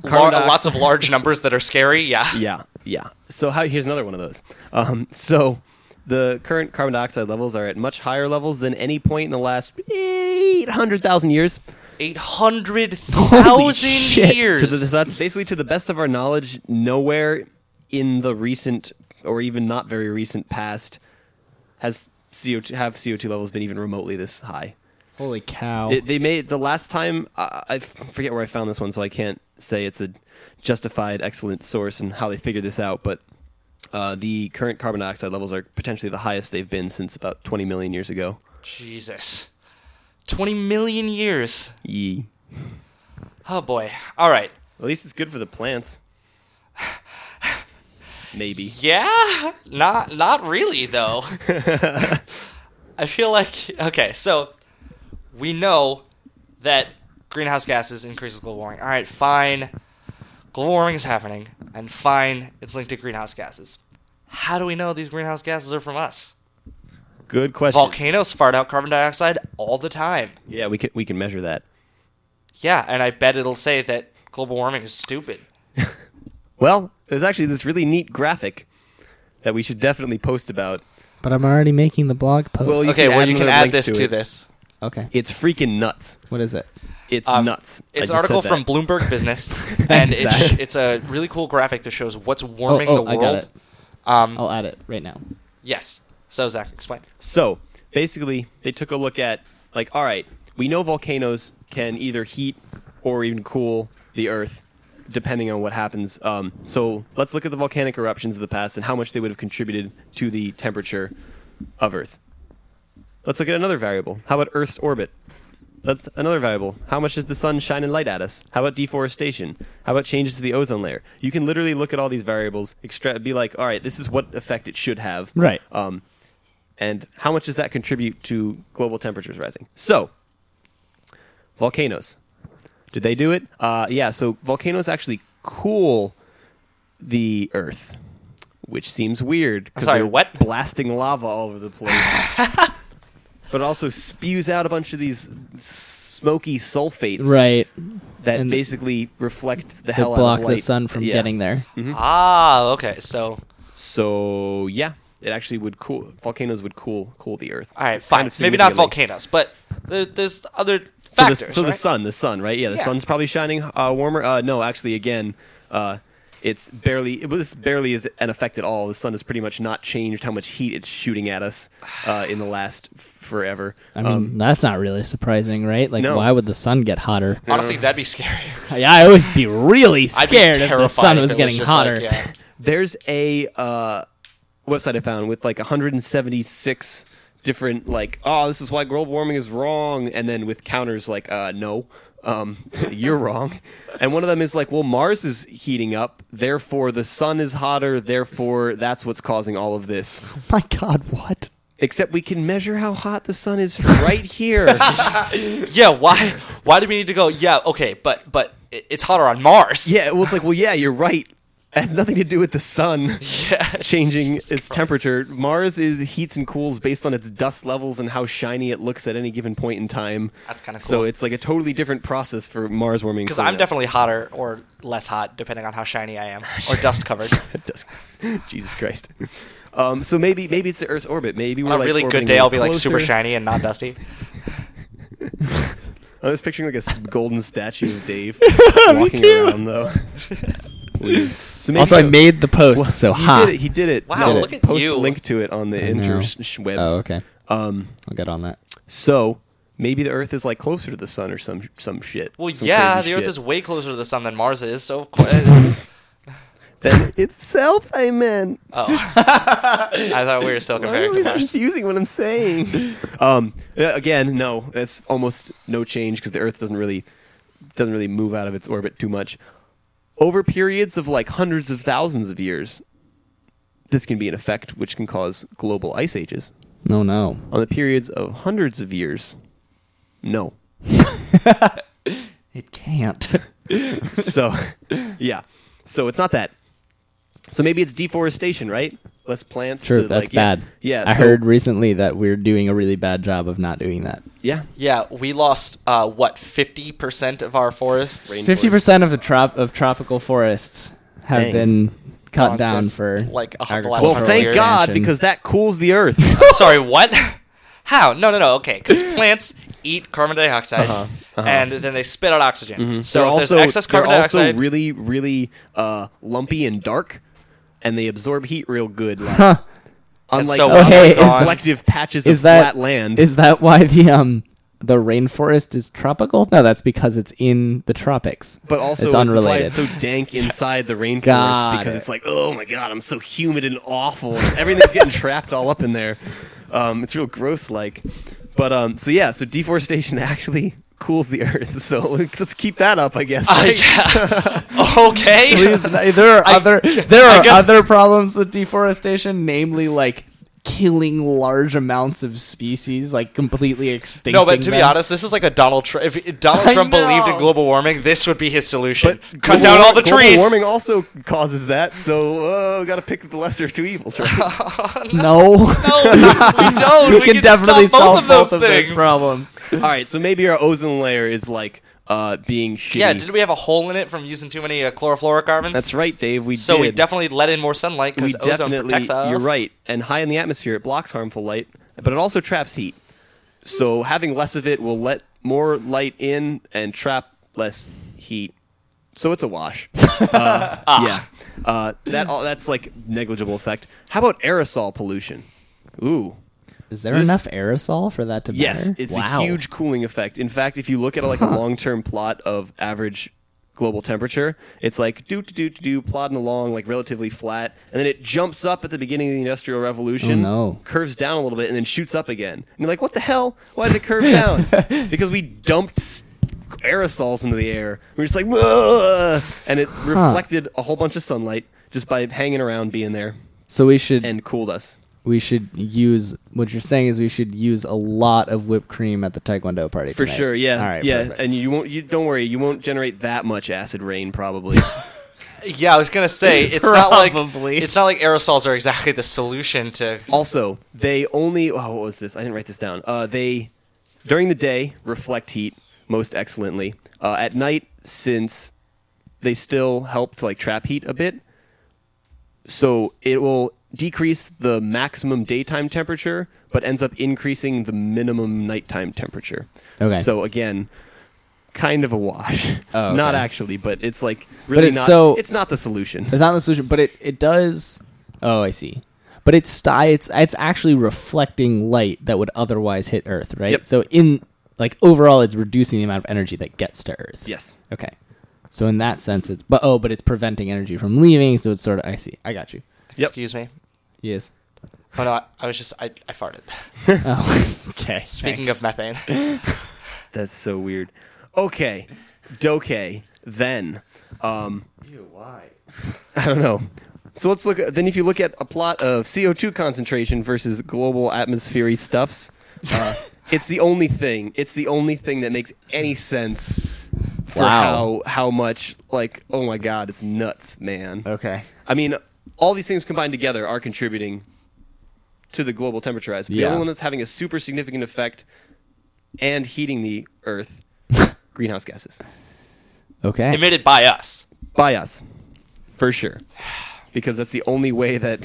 Speaker 1: Lar- lots of large numbers that are scary. Yeah.
Speaker 3: yeah, yeah. So how, here's another one of those. Um, so the current carbon dioxide levels are at much higher levels than any point in the last 800,000 years.
Speaker 1: 800,000
Speaker 2: shit.
Speaker 1: years.
Speaker 3: To the, so that's basically, to the best of our knowledge, nowhere in the recent or even not very recent past has CO2 have CO2 levels been even remotely this high.
Speaker 2: Holy cow.
Speaker 3: It, they made the last time I I forget where I found this one, so I can't say it's a justified excellent source and how they figured this out. But uh, the current carbon dioxide levels are potentially the highest they've been since about 20 million years ago.
Speaker 1: Jesus. 20 million years.
Speaker 3: Yee.
Speaker 1: Oh boy. All right.
Speaker 3: At least it's good for the plants. Maybe.
Speaker 1: Yeah, not not really though. I feel like okay, so we know that greenhouse gases increases global warming. All right, fine. Global warming is happening, and fine, it's linked to greenhouse gases. How do we know these greenhouse gases are from us?
Speaker 3: Good question.
Speaker 1: Volcanoes fart out carbon dioxide all the time.
Speaker 3: Yeah, we can we can measure that.
Speaker 1: Yeah, and I bet it'll say that global warming is stupid.
Speaker 3: Well, there's actually this really neat graphic that we should definitely post about.
Speaker 2: but I'm already making the blog post.
Speaker 3: Well, You
Speaker 1: okay,
Speaker 3: can
Speaker 1: well
Speaker 3: add
Speaker 1: you can
Speaker 3: another
Speaker 1: add
Speaker 3: link
Speaker 1: this
Speaker 3: to
Speaker 1: to
Speaker 3: it.
Speaker 1: this.
Speaker 2: okay.
Speaker 3: It's freaking nuts.
Speaker 2: What is it?
Speaker 3: Um, It's nuts. I
Speaker 1: It's
Speaker 3: just
Speaker 1: an article
Speaker 3: said
Speaker 1: from
Speaker 3: that.
Speaker 1: Bloomberg Business, and it sh-
Speaker 2: Zach.
Speaker 1: it's a really cool graphic that shows what's warming
Speaker 2: oh,
Speaker 1: the
Speaker 2: I got
Speaker 1: world.
Speaker 2: it.
Speaker 1: Um,
Speaker 2: I'll add it right now.
Speaker 1: Yes. So Zach, explain.
Speaker 3: So basically, they took a look at like, all right, we know volcanoes can either heat or even cool the Earth, depending on what happens. Um, so let's look at the volcanic eruptions of the past and how much they would have contributed to the temperature of Earth. Let's look at another variable. How about Earth's orbit? That's another variable. How much does the sun shine and light at us? How about deforestation? How about changes to the ozone layer? You can literally look at all these variables, extra- be like, all right, this is what effect it should have.
Speaker 2: Right.
Speaker 3: Um, and how much does that contribute to global temperatures rising? So, volcanoes. Did they do it? Uh, yeah, so volcanoes actually cool the Earth, which seems weird. 'cause
Speaker 1: sorry,
Speaker 3: they're
Speaker 1: what?
Speaker 3: Blasting lava all over the place. but it also spews out a bunch of these smoky sulfates
Speaker 2: Right.
Speaker 3: that
Speaker 2: and
Speaker 3: basically reflect the
Speaker 2: They
Speaker 3: hell out
Speaker 2: block
Speaker 3: of
Speaker 2: the
Speaker 3: light.
Speaker 2: sun from
Speaker 3: Yeah.
Speaker 2: getting there.
Speaker 3: Hmm?
Speaker 1: Ah, okay. So
Speaker 3: So yeah, it actually would cool. Volcanoes would cool cool the Earth.
Speaker 1: all right,
Speaker 3: Kind
Speaker 1: fine.
Speaker 3: of
Speaker 1: Maybe not
Speaker 3: significantly.
Speaker 1: volcanoes, but there, there's other
Speaker 3: So the-
Speaker 1: factors.
Speaker 3: So the,
Speaker 1: right?
Speaker 3: sun, the sun, right? Yeah, the
Speaker 1: Yeah.
Speaker 3: sun's probably shining uh, warmer. Uh, no, actually, again, uh, it's barely. It was barely is an effect at all. The sun has pretty much not changed how much heat it's shooting at us uh, in the last f- forever.
Speaker 1: Mm-hmm.
Speaker 2: I mean,
Speaker 1: Um,
Speaker 2: that's not really surprising, right? Like,
Speaker 3: no.
Speaker 2: why would the sun get hotter?
Speaker 1: Honestly, that'd be scary.
Speaker 2: Yeah, I would be really
Speaker 1: I'd be
Speaker 2: scared if the
Speaker 1: terrified
Speaker 2: sun
Speaker 1: if
Speaker 2: was
Speaker 1: it
Speaker 2: getting
Speaker 1: just
Speaker 2: hotter.
Speaker 1: Like, yeah.
Speaker 3: there's a uh, website I found with like 176 different like oh this is why global warming is wrong and then with counters like uh no um you're wrong and one of them is like well mars is heating up therefore the sun is hotter therefore that's what's causing all of this
Speaker 2: My God, what?
Speaker 3: except we can measure how hot the sun is right here
Speaker 1: Yeah, Why? Why do we need to go? Yeah. Okay. But but it- it's hotter on Mars.
Speaker 3: Yeah, well, it's like, well, yeah, you're right. It has nothing to do with the sun changing its temperature. Mars is heats and cools based on its dust levels and how shiny it looks at any given point in time.
Speaker 1: That's kinda
Speaker 3: So
Speaker 1: cool.
Speaker 3: it's like a totally different process for Mars warming.
Speaker 1: Because I'm definitely hotter or less hot, depending on how shiny I am or dust covered.
Speaker 3: Dust- Jesus Christ. Um, so maybe maybe it's the Earth's orbit. Maybe we're
Speaker 1: On a
Speaker 3: like
Speaker 1: really good
Speaker 3: orbiting
Speaker 1: day, I'll be like super
Speaker 3: closer.
Speaker 1: shiny and not dusty.
Speaker 3: I was picturing like a s- golden statue of Dave walking
Speaker 2: too.
Speaker 3: around though. Weird. so maybe
Speaker 2: Also, I
Speaker 3: the-
Speaker 2: made the post, so
Speaker 3: he
Speaker 2: ha.
Speaker 3: did it. He did it.
Speaker 1: Wow,
Speaker 3: I'll
Speaker 1: look at
Speaker 3: post
Speaker 1: you.
Speaker 3: a link to it on the
Speaker 2: know.
Speaker 3: interwebs.
Speaker 2: Oh, okay.
Speaker 3: Um,
Speaker 2: I'll get on that.
Speaker 3: so maybe the Earth is like closer to the sun or some some shit.
Speaker 1: Well,
Speaker 3: Some
Speaker 1: yeah, the
Speaker 3: crazy
Speaker 1: Earth
Speaker 3: shit.
Speaker 1: is way closer to the sun than Mars is. So of course.
Speaker 3: Then itself. I meant.
Speaker 1: Oh. I thought we were still
Speaker 3: Why
Speaker 1: comparing to Mars.
Speaker 3: confusing what I'm saying? um, uh, again, no, that's almost no change because the Earth doesn't really doesn't really move out of its orbit too much. Over periods of like hundreds of thousands of years, this can be an effect which can cause global ice ages.
Speaker 2: No, no.
Speaker 3: On the periods of hundreds of years, no.
Speaker 2: It can't.
Speaker 3: so yeah so it's not that so maybe it's deforestation right less plants
Speaker 2: True,
Speaker 3: to,
Speaker 2: that's
Speaker 3: like, yeah-
Speaker 2: bad.
Speaker 3: yeah,
Speaker 2: I
Speaker 3: so-
Speaker 2: heard recently that we're doing a really bad job of not doing that.
Speaker 3: yeah
Speaker 1: Yeah, we lost uh, what fifty percent of our forests.
Speaker 3: Rain-
Speaker 2: Fifty percent of the trop- of tropical forests have
Speaker 3: Dang.
Speaker 2: been cut
Speaker 1: Gone
Speaker 2: down
Speaker 1: since,
Speaker 2: for
Speaker 1: like, a- the last
Speaker 2: agricultural
Speaker 3: well
Speaker 1: hundred
Speaker 3: thank
Speaker 1: years.
Speaker 3: god
Speaker 2: expansion.
Speaker 3: because that cools the earth
Speaker 1: Sorry, what? How? No, no, no. Okay, because plants eat carbon dioxide and then they spit out oxygen. So
Speaker 3: Uh-huh, Mm-hmm. they're
Speaker 1: if there's
Speaker 3: also
Speaker 1: excess carbon
Speaker 3: they're also
Speaker 1: dioxide,
Speaker 3: really really uh, lumpy and dark and they absorb heat real good like, unlike
Speaker 1: so
Speaker 3: unlike
Speaker 2: when they're
Speaker 3: the
Speaker 2: gone-
Speaker 3: selective patches
Speaker 2: is
Speaker 3: of
Speaker 2: that
Speaker 3: flat land
Speaker 2: Is that why the um the rainforest is tropical? No, that's because it's in the tropics.
Speaker 3: but also
Speaker 2: it's
Speaker 3: that's
Speaker 2: unrelated.
Speaker 3: why it's so dank inside the rainforest
Speaker 2: Got
Speaker 3: because
Speaker 2: it.
Speaker 3: it's like, oh my god, I'm so humid and awful. Everything's getting trapped all up in there. Um, it's real gross, like. But um, so yeah, so deforestation actually cools the earth. So like, let's keep that up, I guess.
Speaker 1: Uh, yeah. okay.
Speaker 2: Please, there are
Speaker 1: I-
Speaker 2: other there
Speaker 1: I
Speaker 2: are
Speaker 1: guess-
Speaker 2: other problems with deforestation, namely like killing large amounts of species, like completely extinct.
Speaker 1: No, but to be honest, this is like a Donald Trump. If if Donald
Speaker 2: I
Speaker 1: Trump believed in
Speaker 2: know.
Speaker 1: global warming, this would be his solution. Cut
Speaker 3: Global
Speaker 1: down
Speaker 3: war-
Speaker 1: all the
Speaker 3: global
Speaker 1: trees.
Speaker 3: Warming also causes that, so uh, we gotta pick the lesser of two evils. Right?
Speaker 1: No,
Speaker 2: no.
Speaker 1: we don't. We,
Speaker 2: we can definitely
Speaker 1: stop
Speaker 2: solve
Speaker 1: both of those
Speaker 2: those
Speaker 1: things.
Speaker 2: problems.
Speaker 3: all right, so maybe our ozone layer is like uh, being shitty.
Speaker 1: yeah, did we have a hole in it from using too many uh, chlorofluorocarbons?
Speaker 3: That's right, Dave. We
Speaker 1: So
Speaker 3: did.
Speaker 1: we definitely let in more sunlight
Speaker 3: we
Speaker 1: because ozone protects us.
Speaker 3: You're right. And high in the atmosphere, it blocks harmful light, but it also traps heat. So having less of it will let more light in and trap less heat. So it's a wash. Uh,
Speaker 1: Ah.
Speaker 3: Yeah, uh, that all, that's like negligible effect. How about aerosol pollution? Ooh,
Speaker 2: Is there
Speaker 3: So this-
Speaker 2: enough aerosol for that to
Speaker 3: Yes,
Speaker 2: matter?
Speaker 3: it's
Speaker 2: Wow.
Speaker 3: a huge cooling effect. In fact, if you look at like a long-term plot of average global temperature, it's like do do do do plodding along like relatively flat, and then it jumps up at the beginning of the Industrial Revolution,
Speaker 2: Oh, no.
Speaker 3: curves down a little bit, and then shoots up again. And you're like, what the hell? Why did it curve down? because we dumped s- aerosols into the air. We're just like, "Whoa," and it reflected a whole bunch of sunlight just by hanging around, being there,
Speaker 2: So we should
Speaker 3: and cooled us.
Speaker 2: we should use what you're saying is we should use a lot of whipped cream at the taekwondo party
Speaker 3: For
Speaker 2: tonight.
Speaker 3: sure, yeah,
Speaker 2: All right,
Speaker 3: yeah,
Speaker 2: perfect.
Speaker 3: and you won't. You don't worry, you won't generate that much acid rain probably.
Speaker 1: Yeah, I was gonna say it's not like
Speaker 2: Probably.
Speaker 1: it's not like aerosols are exactly the solution to.
Speaker 3: also, they only. Oh, what was this? I didn't write this down. Uh, they during the day reflect heat most excellently. Uh, at night, since they still help to like trap heat a bit, so it will decrease the maximum daytime temperature, but ends up increasing the minimum nighttime temperature.
Speaker 2: Okay.
Speaker 3: So again. Kind of a wash,
Speaker 2: Oh, okay.
Speaker 3: not actually, but it's like really
Speaker 2: it's
Speaker 3: not.
Speaker 2: so-
Speaker 3: it's not the solution.
Speaker 2: It's not the solution, but it, it does. Oh, I see. But it's sti- it's it's actually reflecting light that would otherwise hit Earth, right?
Speaker 3: Yep.
Speaker 2: So in like overall, it's reducing the amount of energy that gets to Earth.
Speaker 3: Yes.
Speaker 2: Okay. So in that sense, it's but oh, but it's preventing energy from leaving. So it's sort of I see. I got you.
Speaker 3: Yep.
Speaker 1: Excuse me.
Speaker 2: Yes.
Speaker 1: Oh no, I, I was just I, I farted.
Speaker 2: oh, okay.
Speaker 1: Speaking of
Speaker 2: thanks.
Speaker 1: methane,
Speaker 3: That's so weird. Okay, Doke. Then, um, why? I don't know. So let's look. At, then, if you look at a plot of CO2 concentration versus global atmospheric stuffs, uh, it's the only thing. It's the only thing that makes any sense for
Speaker 2: Wow.
Speaker 3: how how much like oh my god, it's nuts, man.
Speaker 2: okay.
Speaker 3: I mean, all these things combined together are contributing to the global temperature rise. But The
Speaker 2: Yeah.
Speaker 3: only one that's having a super significant effect and heating the Earth, greenhouse gases,
Speaker 2: Okay.
Speaker 1: emitted by us.
Speaker 3: by us, for sure, because that's the only way that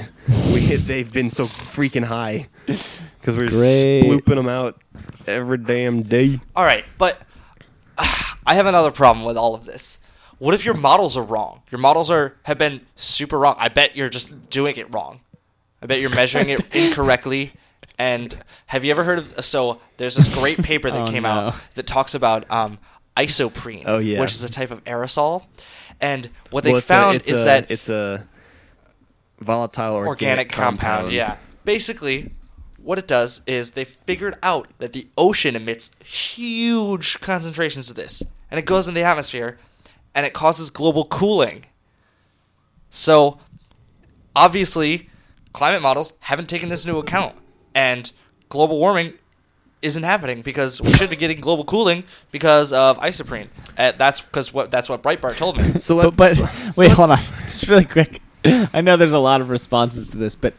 Speaker 3: we they've been so freaking high because we're
Speaker 2: Great.
Speaker 3: blooping them out every damn day.
Speaker 1: All right, but I have another problem with all of this. What if your models are wrong? Your models are have been super wrong. I bet you're just doing it wrong. I bet you're measuring it incorrectly. And have you ever heard of? So there's this great paper that
Speaker 2: Oh,
Speaker 1: came
Speaker 2: no.
Speaker 1: out that talks about um, isoprene,
Speaker 3: Oh, yeah.
Speaker 1: which is a type of aerosol. And what they
Speaker 3: Well, it's a-
Speaker 1: found
Speaker 3: it's
Speaker 1: is
Speaker 3: a-
Speaker 1: that
Speaker 3: it's a volatile organic,
Speaker 1: organic compound. Yeah. Basically, what it does is they figured out that the ocean emits huge concentrations of this, and it goes in the atmosphere, and it causes global cooling. So, obviously, climate models haven't taken this into account, and global warming isn't happening because we should be getting global cooling because of isoprene. Uh, that's because what that's what Breitbart told me.
Speaker 3: So
Speaker 2: but
Speaker 3: let's,
Speaker 2: but
Speaker 3: so-
Speaker 2: wait,
Speaker 3: so
Speaker 2: hold on,
Speaker 3: let's-
Speaker 2: just really quick. I know there's a lot of responses to this, but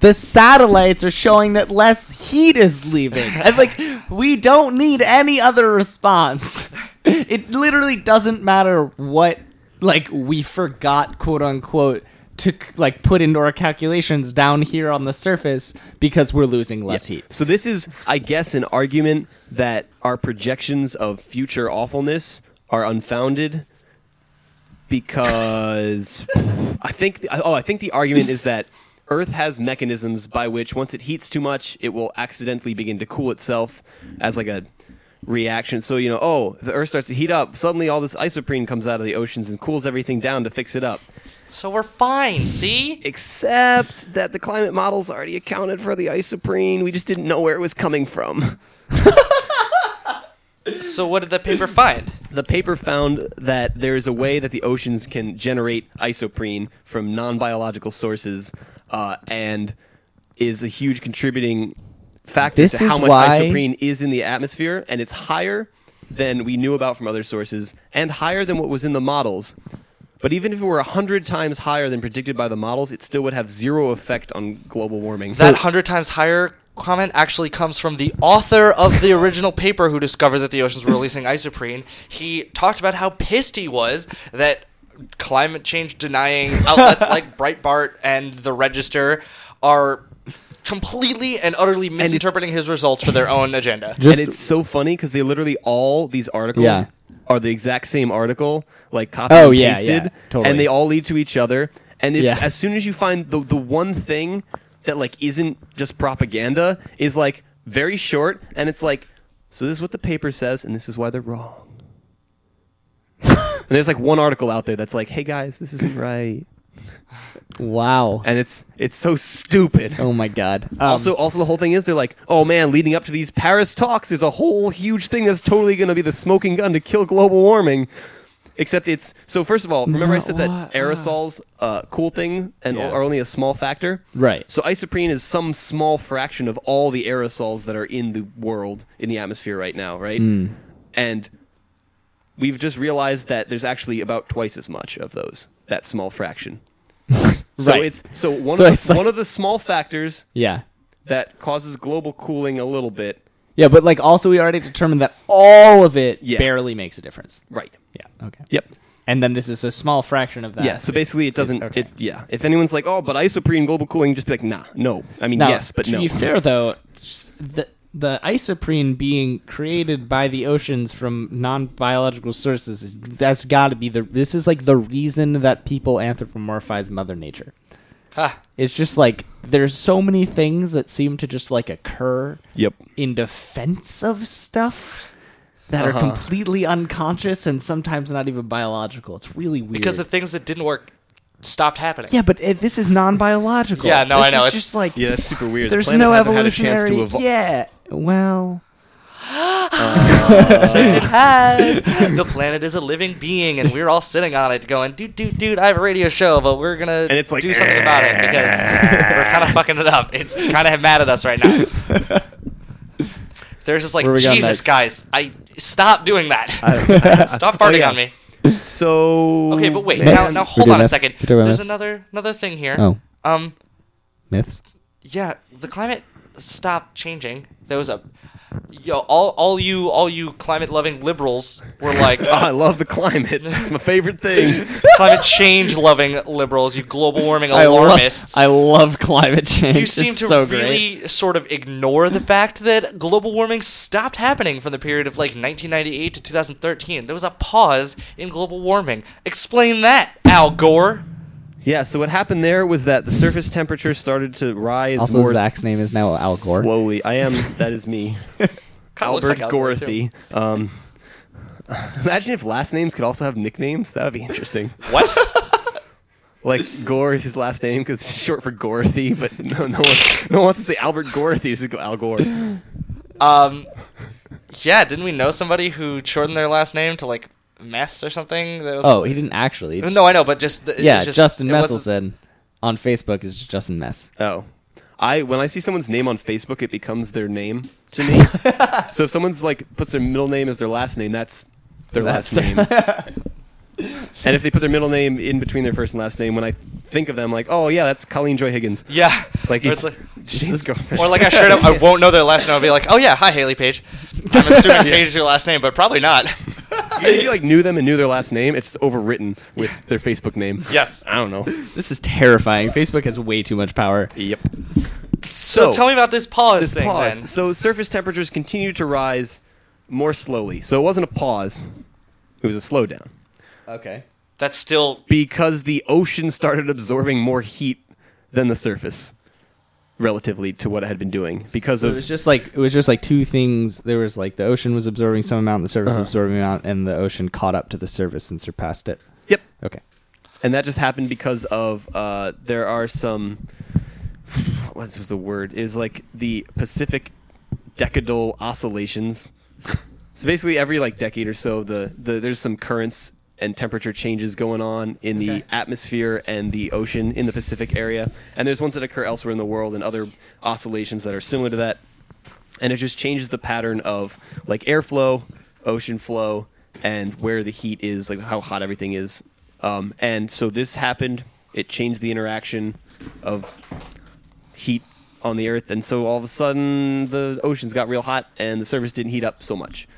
Speaker 2: the satellites are showing that less heat is leaving. And like, we don't need any other response. It literally doesn't matter what like we forgot, quote unquote. To like put into our calculations down here on the surface because we're losing less heat.
Speaker 3: So this is, I guess, an argument that our projections of future awfulness are unfounded because I think oh I think the argument is that Earth has mechanisms by which once it heats too much, it will accidentally begin to cool itself as like a reaction. So you know, oh, the Earth starts to heat up. Suddenly, all this isoprene comes out of the oceans and cools everything down to fix it up.
Speaker 1: So we're fine. See,
Speaker 3: Except that the climate models already accounted for the isoprene. We just didn't know where it was coming from.
Speaker 1: so what did the paper find?
Speaker 3: The paper found that there is a way that the oceans can generate isoprene from non biological sources uh, and is a huge contributing factor
Speaker 2: This
Speaker 3: to how
Speaker 2: is
Speaker 3: much
Speaker 2: why-
Speaker 3: isoprene is in the atmosphere, and it's higher than we knew about from other sources and higher than what was in the models. But even if it were 100 times higher than predicted by the models, it still would have zero effect on global warming.
Speaker 1: that 100 times higher comment actually comes from the author of the original paper who discovered that the oceans were releasing isoprene. He talked about how pissed he was that climate change denying outlets like Breitbart and the Register are completely and utterly misinterpreting his results for their own agenda.
Speaker 2: Just
Speaker 3: and it's so funny because they literally all these articles
Speaker 2: Yeah.
Speaker 3: are the exact same article, like copied
Speaker 2: Oh,
Speaker 3: and
Speaker 2: yeah,
Speaker 3: pasted,
Speaker 2: yeah, totally.
Speaker 3: and they all lead to each other. And if,
Speaker 2: Yeah.
Speaker 3: as soon as you find the the one thing that like isn't just propaganda is like very short, and it's like, so this is what the paper says, and this is why they're wrong. and there's like one article out there that's like, hey guys, this isn't right,
Speaker 2: wow.
Speaker 3: and it's it's so stupid.
Speaker 2: Oh my god. Um,
Speaker 3: Also, also the whole thing is they're like, oh man, leading up to these Paris talks, there's a whole huge thing that's totally going to be the smoking gun to kill global warming. Except it's so. First of all, remember I
Speaker 2: No,
Speaker 3: said
Speaker 2: what?
Speaker 3: that aerosols, uh, cool thing, and
Speaker 1: Yeah.
Speaker 3: are only a small factor.
Speaker 2: Right.
Speaker 3: So isoprene is some small fraction of all the aerosols that are in the world in the atmosphere right now. Right.
Speaker 2: Hmm.
Speaker 3: And we've just realized that there's actually about twice as much of those. That small fraction. So
Speaker 2: Right.
Speaker 3: it's so one
Speaker 2: So
Speaker 3: of
Speaker 2: it's
Speaker 3: the,
Speaker 2: like-
Speaker 3: one of the small factors
Speaker 2: yeah.
Speaker 3: that causes global cooling a little bit.
Speaker 2: Yeah, but like also we already determined that all of it
Speaker 3: Yeah.
Speaker 2: barely makes a difference.
Speaker 3: Right.
Speaker 2: Yeah. Okay.
Speaker 3: Yep.
Speaker 2: And then this is a small fraction of that.
Speaker 3: Yeah. So basically, it doesn't.
Speaker 2: okay.
Speaker 3: It, yeah. If anyone's like, "Oh, but isoprene global cooling," just be like, "Nah, no." I mean,
Speaker 2: Now,
Speaker 3: yes, but
Speaker 2: to
Speaker 3: no.
Speaker 2: be fair though, s- the the isoprene being created by the oceans from non-biological sources is, that's got to be the this is like the reason that people anthropomorphize mother nature.
Speaker 1: Ha.
Speaker 2: It's just like there's so many things that seem to just like occur
Speaker 3: Yep.
Speaker 2: in defense of stuff that are
Speaker 3: Uh-huh.
Speaker 2: completely unconscious and sometimes not even biological. It's really weird.
Speaker 1: Because the things that didn't work stopped happening.
Speaker 2: yeah, but it, this is non-biological.
Speaker 1: Yeah, no,
Speaker 2: this
Speaker 1: I know,
Speaker 2: Is
Speaker 1: it's-
Speaker 2: just like
Speaker 3: Yeah, that's super weird. The
Speaker 2: there's
Speaker 3: planet
Speaker 2: no
Speaker 3: hasn't had a chance
Speaker 2: evolutionary.
Speaker 3: to evol-
Speaker 2: yeah. Well,
Speaker 1: It has. the planet is a living being, and we're all sitting on it, going, "Dude, dude, dude! I have a radio show, but we're gonna
Speaker 3: And it's like,
Speaker 1: do something about it because we're kind of fucking it up. It's kind of mad at us right now." They're just like,
Speaker 2: Where we going
Speaker 1: "Jesus,
Speaker 2: next?
Speaker 1: guys, I stop doing that. stop farting
Speaker 3: Oh, yeah.
Speaker 1: on me."
Speaker 3: So
Speaker 1: Okay, but wait,
Speaker 2: Mm, Myths?
Speaker 1: now, now
Speaker 2: We're
Speaker 1: hold
Speaker 2: doing
Speaker 1: on a
Speaker 2: myths.
Speaker 1: second.
Speaker 2: We're doing
Speaker 1: There's
Speaker 2: myths.
Speaker 1: another another thing here.
Speaker 2: Oh.
Speaker 1: Um,
Speaker 2: myths.
Speaker 1: yeah, the climate stopped changing. There was a yo, all all you all you climate loving liberals were like, uh,
Speaker 3: Ah, I love the climate. It's my favorite thing.
Speaker 1: climate change loving liberals, you global warming
Speaker 2: I love,
Speaker 1: alarmists.
Speaker 2: I love climate change.
Speaker 1: you seem
Speaker 2: it's
Speaker 1: to
Speaker 2: so great.
Speaker 1: really sort of ignore the fact that global warming stopped happening from the period of like 1998 to 2013. There was a pause in global warming. Explain that, Al Gore.
Speaker 3: yeah. So what happened there was that the surface temperature started to rise
Speaker 2: Also,
Speaker 3: more
Speaker 2: Zach's name is now Al Gore.
Speaker 3: slowly. I am. That is me.
Speaker 1: Kinda looks
Speaker 3: Albert
Speaker 1: like Al Gore, too.
Speaker 3: Gorthy. Um, imagine if last names could also have nicknames. That would be interesting.
Speaker 1: What?
Speaker 3: Like Gore is his last name because it's short for Gorthy, but no, no one, no one wants to say Albert Gorthy. Just go Al Gore.
Speaker 1: um, yeah, didn't we know somebody who shortened their last name to like Mess or something? That was,
Speaker 2: Oh, he didn't actually. He just-
Speaker 1: no, I know, but just the, it
Speaker 2: yeah,
Speaker 1: was just,
Speaker 2: Justin
Speaker 1: it wasn't-
Speaker 2: Messelson on Facebook is Justin Mess.
Speaker 3: Oh, I when I see someone's name on Facebook, it becomes their name to me. so if someone's like puts their middle name as their last name, that's their
Speaker 2: That's
Speaker 3: last name. and if they put their middle name in between their first and last name, when I think of them, like, oh yeah, that's Colleen Joy Higgins.
Speaker 1: Yeah,
Speaker 3: Like,
Speaker 1: Or
Speaker 3: it's,
Speaker 1: it's like-
Speaker 3: Jesus.
Speaker 1: Or like I straight up, I won't know their last name. I'll be like, oh yeah, hi Haley Page. I'm assuming Page is your last name, but probably not.
Speaker 3: if you like knew them and knew their last name, it's overwritten with their Facebook name.
Speaker 1: Yes.
Speaker 3: I don't know.
Speaker 2: This is terrifying. Facebook has way too much power.
Speaker 3: Yep.
Speaker 1: So, tell me about this pause thing
Speaker 3: pause.
Speaker 1: then.
Speaker 3: So surface temperatures continued to rise more slowly. So it wasn't a pause; it was a slowdown
Speaker 2: Okay.
Speaker 1: That's still
Speaker 3: because the ocean started absorbing more heat than the surface, relatively to what it had been doing. Because
Speaker 2: So it
Speaker 3: of
Speaker 2: was just like it was just like two things. There was like the ocean was absorbing some amount, the surface
Speaker 1: Uh-huh.
Speaker 2: absorbing amount, and the ocean caught up to the surface and surpassed it.
Speaker 3: yep,
Speaker 2: Okay.
Speaker 3: and that just happened because of uh, there are some. What was the word? Is like the Pacific decadal oscillations. So basically, every like decade or so, the, the there's some currents and temperature changes going on in the
Speaker 2: Okay.
Speaker 3: atmosphere and the ocean in the Pacific area, and there's ones that occur elsewhere in the world and other oscillations that are similar to that, and it just changes the pattern of like airflow, ocean flow, and where the heat is, like how hot everything is, um, and so this happened. It changed the interaction of heat on the earth and so all of a sudden the oceans got real hot and the surface didn't heat up so much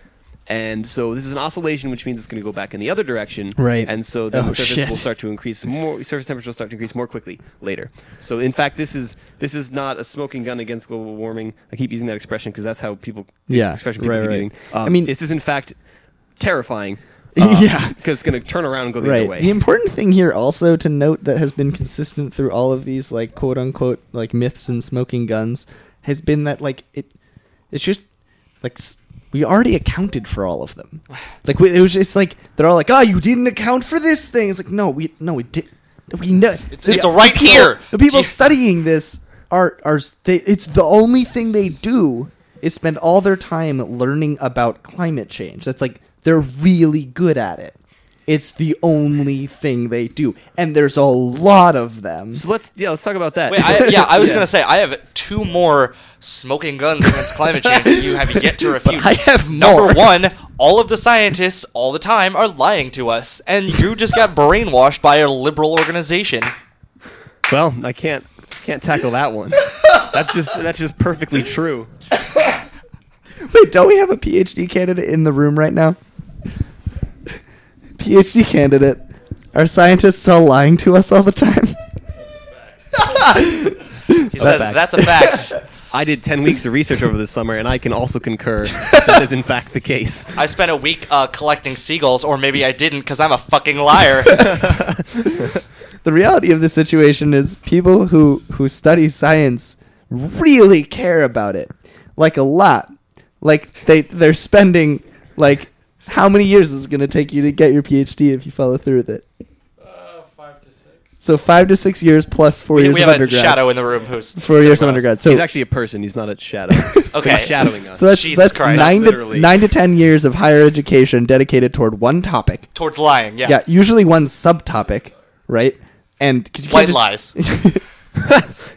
Speaker 3: And so this is an oscillation, which means it's going to go back in the other direction.
Speaker 2: Right.
Speaker 3: And so then
Speaker 2: Oh,
Speaker 3: the surface
Speaker 2: shit.
Speaker 3: will start to increase more. Surface temperature will start to increase more quickly later. So in fact, this is this is not a smoking gun against global warming. I keep using that expression because that's how people
Speaker 2: Yeah,
Speaker 3: expression people
Speaker 2: right,
Speaker 3: keep
Speaker 2: right.
Speaker 3: using. Um,
Speaker 2: I mean-
Speaker 3: this is in fact terrifying.
Speaker 2: Yeah.
Speaker 3: Because it's going to turn around and go the
Speaker 2: Right.
Speaker 3: other way.
Speaker 2: The important thing here also to note that has been consistent through all of these like quote unquote like myths and smoking guns has been that like it it's just like s- we already accounted for all of them. Like we, it was just like they're all like, "Oh, you didn't account for this thing." It's like, "No, we no we did we know
Speaker 1: It's- it's right
Speaker 2: people-
Speaker 1: here.
Speaker 2: The people
Speaker 1: Yeah.
Speaker 2: studying this are are they, it's the only thing they do is spend all their time learning about climate change. That's like they're really good at it. It's the only thing they do, and there's a lot of them.
Speaker 3: So let's yeah, let's talk about that.
Speaker 1: Wait, I, yeah, I was
Speaker 2: Yeah.
Speaker 1: gonna say I have two more smoking guns against climate change that you have yet to refute.
Speaker 2: I have more.
Speaker 1: Number one, all of the scientists all the time are lying to us, and you just got brainwashed by a liberal organization.
Speaker 3: well, I can't can't tackle that one. that's just that's just perfectly true.
Speaker 2: Wait, don't we have a PhD candidate in the room right now? PhD candidate, are scientists all lying to us all the time?
Speaker 1: He says
Speaker 3: fact.
Speaker 1: that's a fact.
Speaker 3: I did 10 weeks of research over the summer, and I can also concur that is, in fact, the case.
Speaker 1: I spent a week uh, collecting seagulls, or maybe I didn't because I'm a fucking liar.
Speaker 2: the reality of the situation is people who who study science really care about it like a lot like they they're spending like how many years is it going to take you to get your phd if you follow through with it
Speaker 4: Uh, five to six.
Speaker 2: so five to six years plus four
Speaker 1: we
Speaker 2: years
Speaker 1: we
Speaker 2: of
Speaker 1: have a
Speaker 2: undergrad
Speaker 1: shadow in the room who's
Speaker 2: four years of
Speaker 1: someone else.
Speaker 2: undergrad so
Speaker 3: he's actually a person. He's not a shadow.
Speaker 1: Okay.
Speaker 3: He's shadowing us.
Speaker 2: so that's
Speaker 1: Jesus
Speaker 2: that's
Speaker 1: Christ,
Speaker 2: nine to
Speaker 3: literally.
Speaker 2: nine to ten years of higher education dedicated toward one topic
Speaker 1: towards lying. Yeah.
Speaker 2: yeah usually one subtopic right and 'cause you can't
Speaker 1: White
Speaker 2: just-
Speaker 1: lies,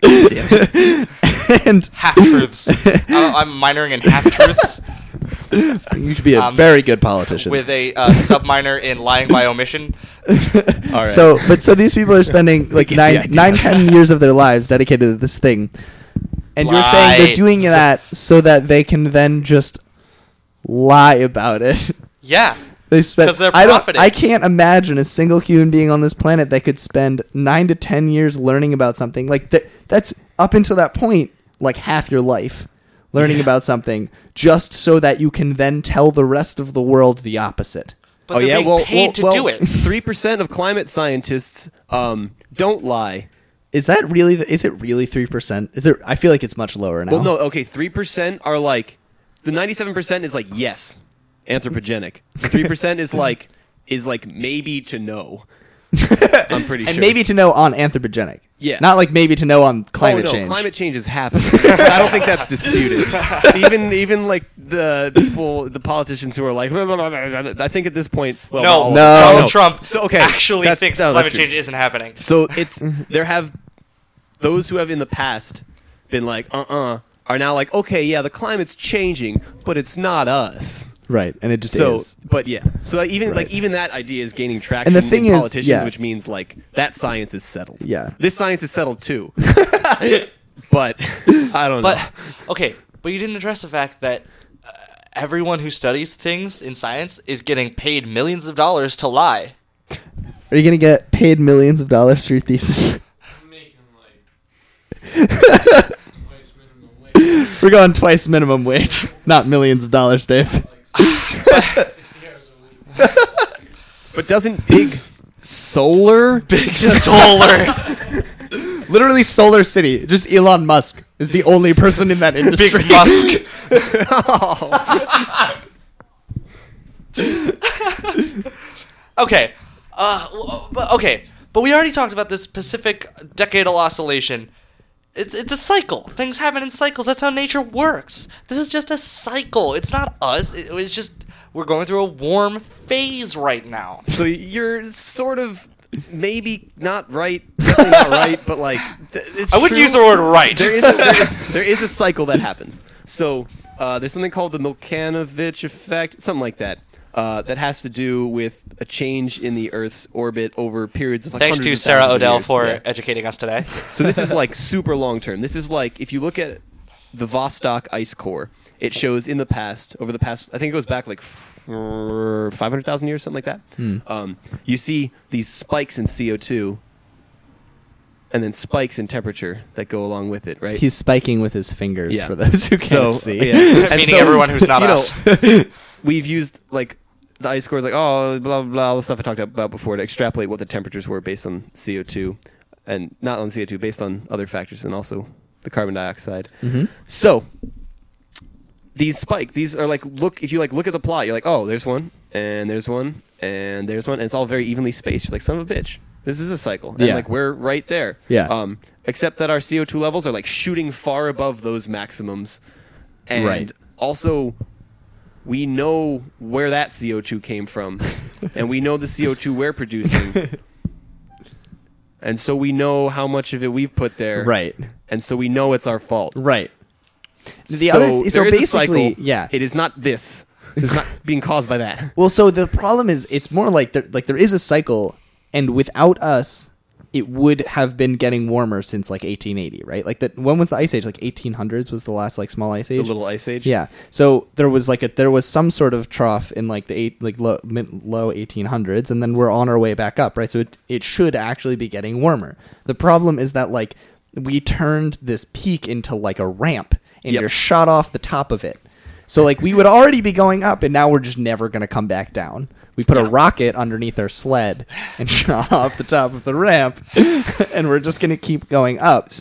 Speaker 3: Damn it.
Speaker 2: and
Speaker 1: half truths. I'm minoring in half truths
Speaker 2: you should be a
Speaker 1: Um,
Speaker 2: very good politician
Speaker 1: with a uh, sub minor in lying by omission.
Speaker 3: All right.
Speaker 2: So, but so these people are spending like
Speaker 3: get the
Speaker 2: nine,
Speaker 3: idea.
Speaker 2: nine, ten years of their lives dedicated to this thing, and you're saying they're doing
Speaker 1: Lies.
Speaker 2: that so that they can then just lie about it.
Speaker 1: Yeah.
Speaker 2: They spend.
Speaker 1: 'Cause they're
Speaker 2: I don't.
Speaker 1: profiting.
Speaker 2: I can't imagine a single human being on this planet that could spend nine to ten years learning about something like that. That's up until that point, like half your life, learning about something just so that you can then tell the rest of the world the opposite.
Speaker 3: Oh,
Speaker 1: But they're being paid to do it.
Speaker 3: Three percent of climate scientists um, don't lie.
Speaker 2: Is that really? The, is it really three percent? Is it? I feel like it's much lower now.
Speaker 3: Well, no, okay, three percent are like the ninety-seven percent is like yes, anthropogenic. Three percent is like is like maybe to know. I'm pretty
Speaker 2: and
Speaker 3: sure.
Speaker 2: maybe to know on anthropogenic.
Speaker 3: Yeah.
Speaker 2: not like maybe to know on
Speaker 3: Oh,
Speaker 2: climate
Speaker 3: no,
Speaker 2: change.
Speaker 3: climate change is happening. I don't think that's disputed. even even like the people, the politicians who are like, "Blah, blah, blah, blah, blah," I think at this point, well, not all
Speaker 1: No,
Speaker 3: of
Speaker 2: No.
Speaker 3: them.
Speaker 1: Donald
Speaker 2: No.
Speaker 1: Trump
Speaker 3: So, okay,
Speaker 1: actually
Speaker 3: that's-
Speaker 1: thinks
Speaker 3: no, that's
Speaker 1: climate
Speaker 3: true.
Speaker 1: change isn't happening.
Speaker 3: So it's there have those who have in the past been like, uh, uh are now like, okay, yeah, the climate's changing, but it's not us.
Speaker 2: right, and it just
Speaker 3: So,
Speaker 2: is.
Speaker 3: but yeah, so even
Speaker 2: Right.
Speaker 3: like even that idea is gaining traction.
Speaker 2: And the thing
Speaker 3: in
Speaker 2: is-
Speaker 3: politicians,
Speaker 2: yeah.
Speaker 3: which means like that science is settled.
Speaker 2: Yeah.
Speaker 3: this science is settled too. but I don't know.
Speaker 1: But okay, but you didn't address the fact that uh, everyone who studies things in science is getting paid millions of dollars to lie.
Speaker 2: Are you gonna get paid millions of dollars for your thesis?
Speaker 4: I'm making like twice minimum wage,
Speaker 2: We're going twice minimum wage, not millions of dollars, Dave.
Speaker 4: like sixty, 60 hours a week.
Speaker 3: But doesn't big solar?
Speaker 1: Big solar,
Speaker 2: Literally, Solar City. Just Elon Musk is the only person in that
Speaker 1: big
Speaker 2: industry.
Speaker 1: Musk. Oh. Okay, uh, w- but okay, but we already talked about this Pacific decadal oscillation. It's it's a cycle. Things happen in cycles. That's how nature works. This is just a cycle. It's not us. It- it's just we're going through a warm phase right now.
Speaker 3: So you're sort of maybe not right, definitely not right, but like th- it's
Speaker 1: I wouldn't
Speaker 3: true.
Speaker 1: use the word right.
Speaker 3: There is, there, is, there is a cycle that happens. So uh, there's something called the Milkanovich effect, something like that. Uh, that has to do with a change in the Earth's orbit over periods of like
Speaker 1: Thanks
Speaker 3: hundreds
Speaker 1: to
Speaker 3: of
Speaker 1: Sarah
Speaker 3: thousands of
Speaker 1: Odell
Speaker 3: years.
Speaker 1: for
Speaker 3: Yeah.
Speaker 1: educating us today.
Speaker 3: So this is like super long term. This is like if you look at the Vostok ice core, it shows in the past, over the past, I think it goes back like f- 500,000 years, something like that. Um, you see these spikes in CO2 and then spikes in temperature that go along with it, right?
Speaker 2: He's spiking with his fingers
Speaker 3: Yeah.
Speaker 2: for those who can't
Speaker 3: So,
Speaker 2: see.
Speaker 3: yeah. And
Speaker 1: Meaning
Speaker 3: so,
Speaker 1: everyone who's not
Speaker 3: you know,
Speaker 1: us.
Speaker 3: we've used like the ice cores, like oh blah blah blah, all the stuff I talked about before to extrapolate what the temperatures were based on CO two, and not on CO two, based on other factors and also the carbon dioxide.
Speaker 2: Mhm.
Speaker 3: So these spike, these are like look if you like look at the plot, you're like oh there's one and there's one and there's one and it's all very evenly spaced. You're like son of a bitch, this is a cycle. And
Speaker 2: Yeah.
Speaker 3: like we're right there.
Speaker 2: Yeah.
Speaker 3: Um, except that our CO two levels are like shooting far above those maximums, and
Speaker 2: Right.
Speaker 3: also we know where that CO2 came from, and we know the CO2 we're producing. And so we know how much of it we've put there,
Speaker 2: Right.
Speaker 3: And so we know it's our fault.
Speaker 2: Right. The
Speaker 3: so
Speaker 2: other th- so
Speaker 3: there is a
Speaker 2: basically,
Speaker 3: cycle.
Speaker 2: yeah.
Speaker 3: it is not this. It's not being caused by that.
Speaker 2: Well, so the problem is, it's more like there, like there is a cycle, and without us, it would have been getting warmer since like 1880, right? Like that. When was the ice age? Like 1800s was the last like small ice
Speaker 3: The
Speaker 2: age.
Speaker 3: little ice age.
Speaker 2: Yeah. So there was like a there was some sort of trough in like the eight like low mid, low 1800s and then we're on our way back up, right? So it it should actually be getting warmer. The problem is that like we turned this peak into like a ramp and
Speaker 3: Yep.
Speaker 2: just shot off the top of it. So like we would already be going up and now we're just never going to come back down. We put a rocket underneath our sled and shot off the top of the ramp and we're just going to keep going up.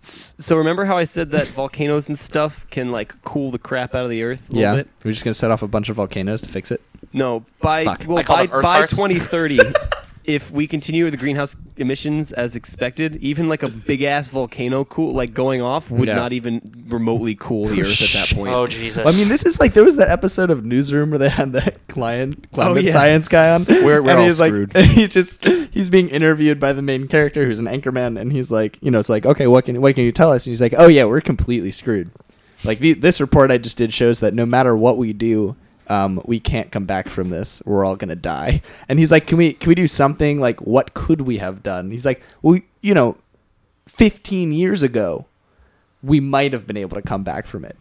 Speaker 3: So remember how I said that volcanoes and stuff can like cool the crap out of the earth a little
Speaker 2: Yeah.
Speaker 3: bit?
Speaker 2: We're just going to set off a bunch of volcanoes to fix it.
Speaker 3: No, by
Speaker 2: Fuck.
Speaker 3: well,
Speaker 1: I call
Speaker 3: by,
Speaker 1: them Earth
Speaker 3: by
Speaker 1: farts.
Speaker 3: 2030, if we continue with the greenhouse emissions as expected, even like a big ass volcano cool like going off would
Speaker 2: Yeah.
Speaker 3: not even remotely cool the Earth at that point.
Speaker 1: Oh Jesus!
Speaker 2: I mean, this is like there was that episode of Newsroom where they had that client climate
Speaker 3: Oh, yeah.
Speaker 2: science guy on.
Speaker 3: We're- we're
Speaker 2: and
Speaker 3: all
Speaker 2: he's like,
Speaker 3: screwed.
Speaker 2: He just he's being interviewed by the main character who's an anchorman, and he's like, you know, it's like, okay, what can what can you tell us? And he's like, oh yeah, we're completely screwed. Like the, this report I just did shows that no matter what we do. Um, we can't come back from this. We're all gonna die. And he's like, "Can we? Can we do something? Like, what could we have done?" He's like, "Well, you know, 15 years ago, we might have been able to come back from it.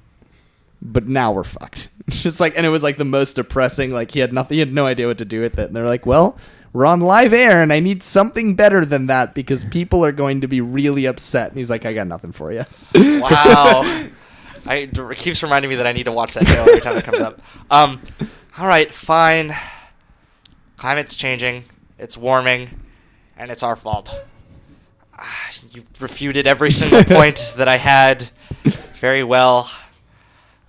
Speaker 2: But now we're fucked. It's Just like, and it was like the most depressing. Like he had nothing, he had no idea what to do with it. And they're like, well, we're on live air, and I need something better than that because people are going to be really upset. And he's like, I got nothing for you.
Speaker 1: wow. I, it keeps reminding me that I need to watch that show every time it comes up. Um, all right, fine. Climate's changing, it's warming, and it's our fault. Ah, You refuted every single point that I had very well,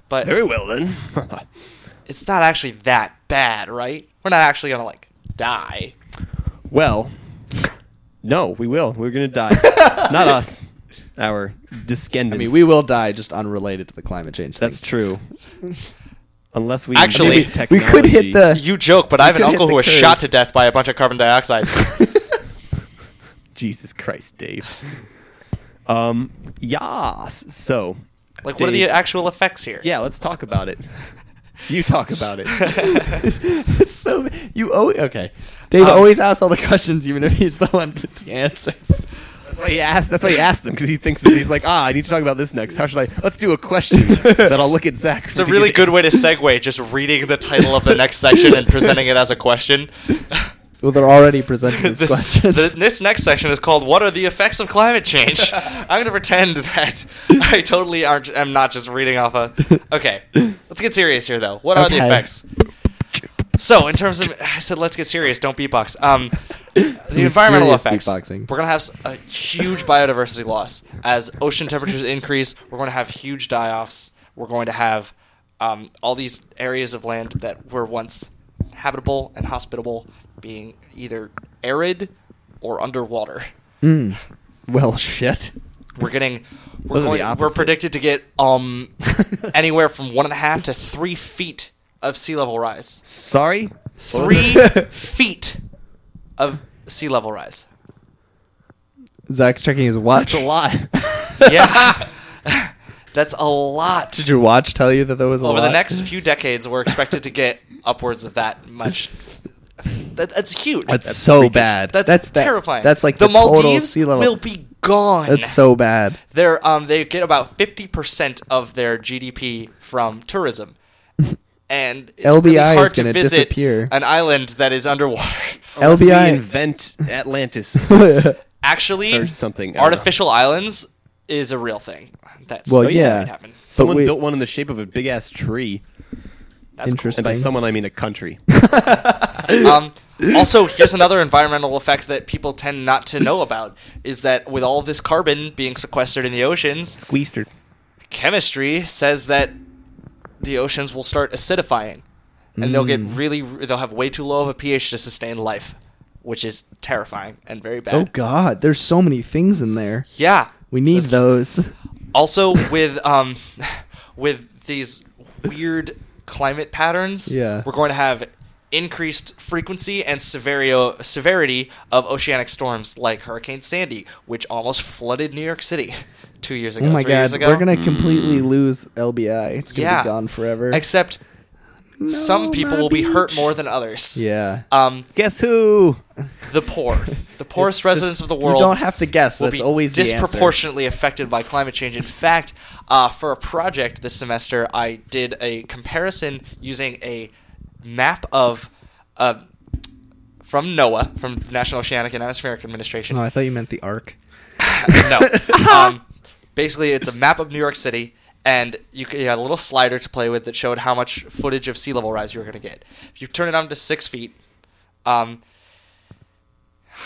Speaker 1: but
Speaker 3: Very well then.
Speaker 1: it's not actually that bad, right? We're not actually gonna like die.
Speaker 3: well, no, we will. We're gonna die. not us. Our descendants.
Speaker 2: I mean, we will die just unrelated to the climate change. Thing.
Speaker 3: That's true. Unless we
Speaker 1: Actually,
Speaker 3: invent
Speaker 2: we could hit
Speaker 3: technology.
Speaker 2: the.
Speaker 1: You joke, but I have an
Speaker 2: could hit
Speaker 1: uncle
Speaker 2: the
Speaker 1: who was
Speaker 2: curve.
Speaker 1: shot to death by a bunch of carbon dioxide.
Speaker 3: Jesus Christ, Dave. Um. Yas. So.
Speaker 1: Like, what are the
Speaker 3: Dave-
Speaker 1: actual effects here?
Speaker 3: Yeah, let's talk about it. You talk about it.
Speaker 2: it's so you always okay. Dave
Speaker 1: Um,
Speaker 2: always asks all the questions, even if he's the one with the answers.
Speaker 3: That's why he asked. That's why he asked them because he thinks that he's like, ah, I need to talk about this next. How should I? Let's do a question that I'll look at Zach.
Speaker 1: It's a really good way to segue, just reading the title of the next section and presenting it as a question.
Speaker 2: Well, they're already presenting these
Speaker 1: this,
Speaker 2: questions.
Speaker 1: this, this next section is called "What are the effects of climate change?" I'm going to pretend that I totally aren't. am not just reading off a. Okay, let's get serious here, though. What are the
Speaker 2: Okay.
Speaker 1: effects? So, in terms of, I said, let's get serious. Don't beatbox. Um, the
Speaker 2: Ooh,
Speaker 1: environmental
Speaker 2: serious
Speaker 1: effects.
Speaker 2: beatboxing.
Speaker 1: We're going to have s- a huge biodiversity loss as ocean temperatures increase. We're going to have huge die-offs. We're going to have um, all these areas of land that were once habitable and hospitable being either arid or underwater.
Speaker 2: well, shit.
Speaker 1: We're getting we're
Speaker 3: Those are the
Speaker 1: going, we're
Speaker 3: opposite.
Speaker 1: predicted to get um anywhere from one and a half to three feet of sea level rise.
Speaker 3: Sorry.
Speaker 1: Three feet of sea level rise.
Speaker 2: Zach's checking his watch.
Speaker 3: That's a lot.
Speaker 1: Yeah. That's a lot.
Speaker 2: Did your watch tell you that there was a
Speaker 1: Over
Speaker 2: lot?
Speaker 1: the next few decades, we're expected to get upwards of that much. That, that's huge.
Speaker 2: That's, so bad.
Speaker 1: That's,
Speaker 2: that-
Speaker 1: terrifying.
Speaker 2: That's like the,
Speaker 1: the,
Speaker 2: total
Speaker 1: Maldives
Speaker 2: sea level.
Speaker 1: will be gone.
Speaker 2: That's so bad.
Speaker 1: They're um they get about fifty percent of their GDP from tourism, and it's really
Speaker 2: LBI is
Speaker 1: hard to
Speaker 2: gonna
Speaker 1: visit
Speaker 2: disappear.
Speaker 1: an island that is underwater.
Speaker 3: Unless we
Speaker 2: LBI.
Speaker 3: invent Atlantis or
Speaker 1: Actually,
Speaker 3: something. I don't know.
Speaker 1: artificial islands is a real thing. That's
Speaker 2: Well,
Speaker 1: that
Speaker 2: yeah.
Speaker 1: might happen.
Speaker 3: Someone
Speaker 2: we-
Speaker 3: built one in the shape of a big ass tree,
Speaker 1: That's cool.
Speaker 3: and by
Speaker 2: Interesting.
Speaker 3: someone I mean a country.
Speaker 1: um, also, here's another environmental effect that people tend not to know about is that with all this carbon being sequestered in the oceans,
Speaker 3: Squeezed her.
Speaker 1: chemistry says that the oceans will start acidifying, and they'll get
Speaker 2: Mm.
Speaker 1: really they'll have way too low of a pH to sustain life, which is terrifying and very bad.
Speaker 2: Oh God, there's so many things in there.
Speaker 1: Yeah,
Speaker 2: We need
Speaker 1: That's-
Speaker 2: those. Oh,
Speaker 1: Also, with um, with these weird climate patterns,
Speaker 2: Yeah.
Speaker 1: we're going to have increased frequency and severio- severity of oceanic storms like Hurricane Sandy, which almost flooded New York City two years ago.
Speaker 2: Oh my
Speaker 1: three years
Speaker 2: God,
Speaker 1: ago.
Speaker 2: we're gonna completely lose LBI. It's gonna
Speaker 1: Yeah.
Speaker 2: be gone forever.
Speaker 1: Except some
Speaker 2: No,
Speaker 1: people
Speaker 2: my
Speaker 1: will be hurt
Speaker 2: beach.
Speaker 1: more than others.
Speaker 2: yeah.
Speaker 1: Um,
Speaker 3: Guess who?
Speaker 1: the poor, the poorest residents of the world.
Speaker 2: You don't have to guess.
Speaker 1: will
Speaker 2: That's
Speaker 1: be
Speaker 2: always the answer.
Speaker 1: disproportionately affected by climate change. In fact, uh, for a project this semester, I did a comparison using a map of uh, from NOAA, from National Oceanic and Atmospheric Administration.
Speaker 2: Oh, I thought you meant the arc.
Speaker 1: no, um, basically, it's a map of New York City. And you, c- you had a little slider to play with that showed how much footage of sea level rise you were going to get. If you turn it on to six feet, um,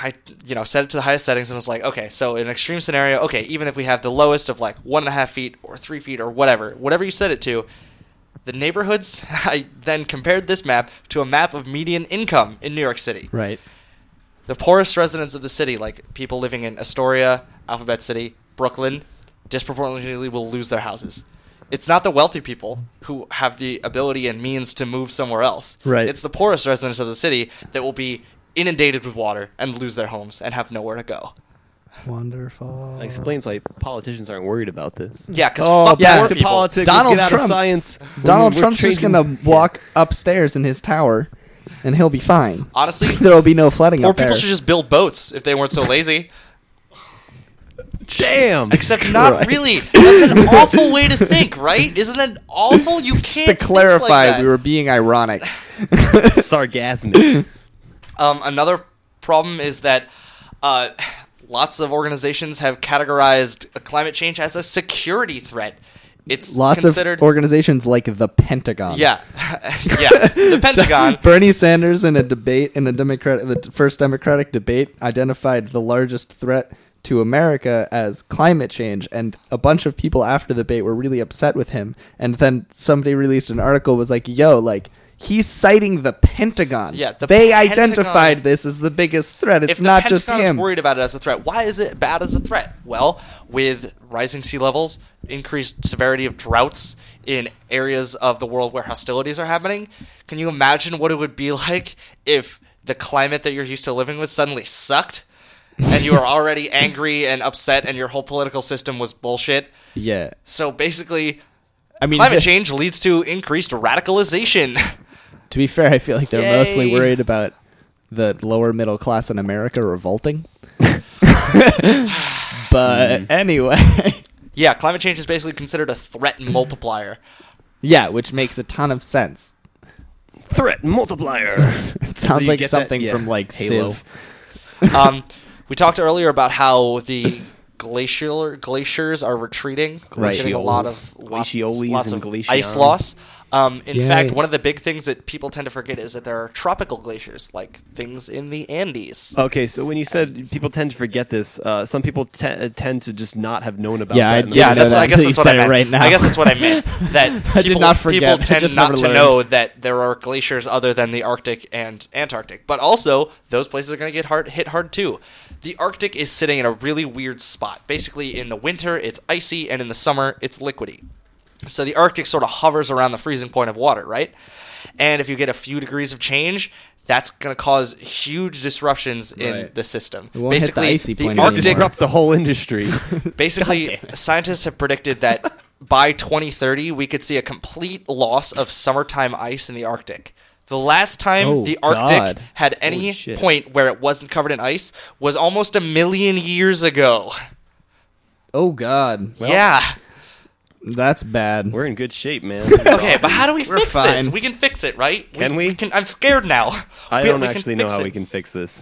Speaker 1: I you know set it to the highest settings and was like, okay, so in an extreme scenario, okay, even if we have the lowest of like one and a half feet or three feet or whatever, whatever you set it to, the neighborhoods. I then compared this map to a map of median income in New York City.
Speaker 2: Right.
Speaker 1: The poorest residents of the city, like people living in Astoria, Alphabet City, Brooklyn, disproportionately will lose their houses. It's not the wealthy people who have the ability and means to move somewhere else.
Speaker 2: Right.
Speaker 1: It's the poorest residents of the city that will be inundated with water and lose their homes and have nowhere to go.
Speaker 2: Wonderful.
Speaker 3: That explains why politicians aren't worried about this.
Speaker 1: Yeah, because
Speaker 2: Oh,
Speaker 1: fuck
Speaker 2: yeah.
Speaker 1: poor
Speaker 2: Back
Speaker 3: to
Speaker 1: people.
Speaker 3: politics.
Speaker 2: Donald
Speaker 3: let's get out
Speaker 2: Trump.
Speaker 3: of science.
Speaker 2: Donald
Speaker 3: We're
Speaker 2: Trump's just
Speaker 3: changing-
Speaker 2: gonna walk upstairs in his tower, and he'll be fine.
Speaker 1: Honestly,
Speaker 2: There'll be no flooding
Speaker 1: poor
Speaker 2: up there.
Speaker 1: people should just build boats if they weren't so lazy.
Speaker 3: Damn.
Speaker 1: Except not
Speaker 2: Christ.
Speaker 1: really. That's an awful way to think, right? Isn't that awful? You can't.
Speaker 2: just to
Speaker 1: think like
Speaker 2: clarify,
Speaker 1: that.
Speaker 2: we were being ironic.
Speaker 3: Sargasmic.
Speaker 1: Um, another problem is that uh, lots of organizations have categorized climate change as a security threat. It's
Speaker 2: Lots
Speaker 1: considered
Speaker 2: of organizations like the Pentagon.
Speaker 1: yeah, yeah. The Pentagon.
Speaker 2: Bernie Sanders in a debate in a Democrat in the d- first Democratic debate identified the largest threat to America as climate change and a bunch of people after the debate were really upset with him and then somebody released an article was like yo like he's citing the Pentagon
Speaker 1: Yeah, the
Speaker 2: they
Speaker 1: Pentagon-
Speaker 2: identified this as the biggest threat it's
Speaker 1: if the
Speaker 2: not
Speaker 1: Pentagon
Speaker 2: just
Speaker 1: is
Speaker 2: him
Speaker 1: worried about it as a threat, why is it bad as a threat? Well, with rising sea levels, increased severity of droughts in areas of the world where hostilities are happening, can you imagine what it would be like if the climate that you're used to living with suddenly sucked? and you were already angry and upset, and your whole political system was bullshit.
Speaker 2: yeah
Speaker 1: So basically,
Speaker 2: I mean
Speaker 1: climate change leads to increased radicalization.
Speaker 2: to be fair I feel like they're mostly
Speaker 1: Yay.
Speaker 2: worried about the lower middle class in America revolting but
Speaker 3: Hmm.
Speaker 2: anyway
Speaker 1: yeah, climate change is basically considered a threat multiplier.
Speaker 2: Yeah, which makes a ton of sense.
Speaker 3: Threat multiplier.
Speaker 2: It
Speaker 3: So
Speaker 2: sounds
Speaker 3: you
Speaker 2: like
Speaker 3: get that-
Speaker 2: something
Speaker 3: yeah,
Speaker 2: from like
Speaker 3: Halo.
Speaker 2: Civ.
Speaker 1: um, we talked earlier about how the glacial glaciers are retreating. We're
Speaker 2: Right.
Speaker 1: getting a lot of
Speaker 3: Glacials.
Speaker 1: lots,
Speaker 3: Glacioles
Speaker 1: lots
Speaker 3: and
Speaker 1: of
Speaker 3: glacions.
Speaker 1: ice loss. Um, in
Speaker 2: Yeah.
Speaker 1: fact, one of the big things that people tend to forget is that there are tropical glaciers, like things in the Andes.
Speaker 3: Okay, so when you said people tend to forget this, uh, some people te- uh, tend to just not have known about
Speaker 2: Yeah, I-
Speaker 3: that.
Speaker 1: yeah,
Speaker 2: know
Speaker 1: that's
Speaker 2: that
Speaker 1: I guess
Speaker 2: until you
Speaker 1: that's what I
Speaker 2: said it
Speaker 1: meant.
Speaker 2: right now.
Speaker 1: I guess that's what I meant. That people,
Speaker 2: I did not forget.
Speaker 1: people
Speaker 2: I
Speaker 1: tend
Speaker 2: just
Speaker 1: not
Speaker 2: never
Speaker 1: to
Speaker 2: learned.
Speaker 1: know that there are glaciers other than the Arctic and Antarctic, but also those places are going to get hard, hit hard too. The Arctic is sitting in a really weird spot. Basically, in the winter it's icy, and in the summer it's liquidy. So the Arctic sort of hovers around the freezing point of water, right? And if you get a few degrees of change, that's going to cause huge disruptions in
Speaker 2: Right.
Speaker 1: the system.
Speaker 2: won't hit the
Speaker 1: Basically,
Speaker 2: icy point
Speaker 3: Arctic
Speaker 1: Arctic
Speaker 2: anymore.
Speaker 3: disrupt the whole industry.
Speaker 1: Basically, scientists have predicted that by 2030, we could see a complete loss of summertime ice in the Arctic. The last time
Speaker 2: Oh,
Speaker 1: the Arctic
Speaker 2: God.
Speaker 1: had any
Speaker 3: shit.
Speaker 1: point where it wasn't covered in ice was almost a million years ago.
Speaker 2: Oh God,
Speaker 1: yeah.
Speaker 2: that's bad.
Speaker 3: We're in good shape, man.
Speaker 1: Okay, but how do we
Speaker 2: We're
Speaker 1: fix this?
Speaker 2: fine.
Speaker 1: We can fix it, right?
Speaker 3: Can we?
Speaker 1: can, I'm scared now.
Speaker 3: I
Speaker 1: We-
Speaker 3: don't
Speaker 1: we can
Speaker 3: actually know
Speaker 1: fix
Speaker 3: how
Speaker 1: it.
Speaker 3: we can fix this.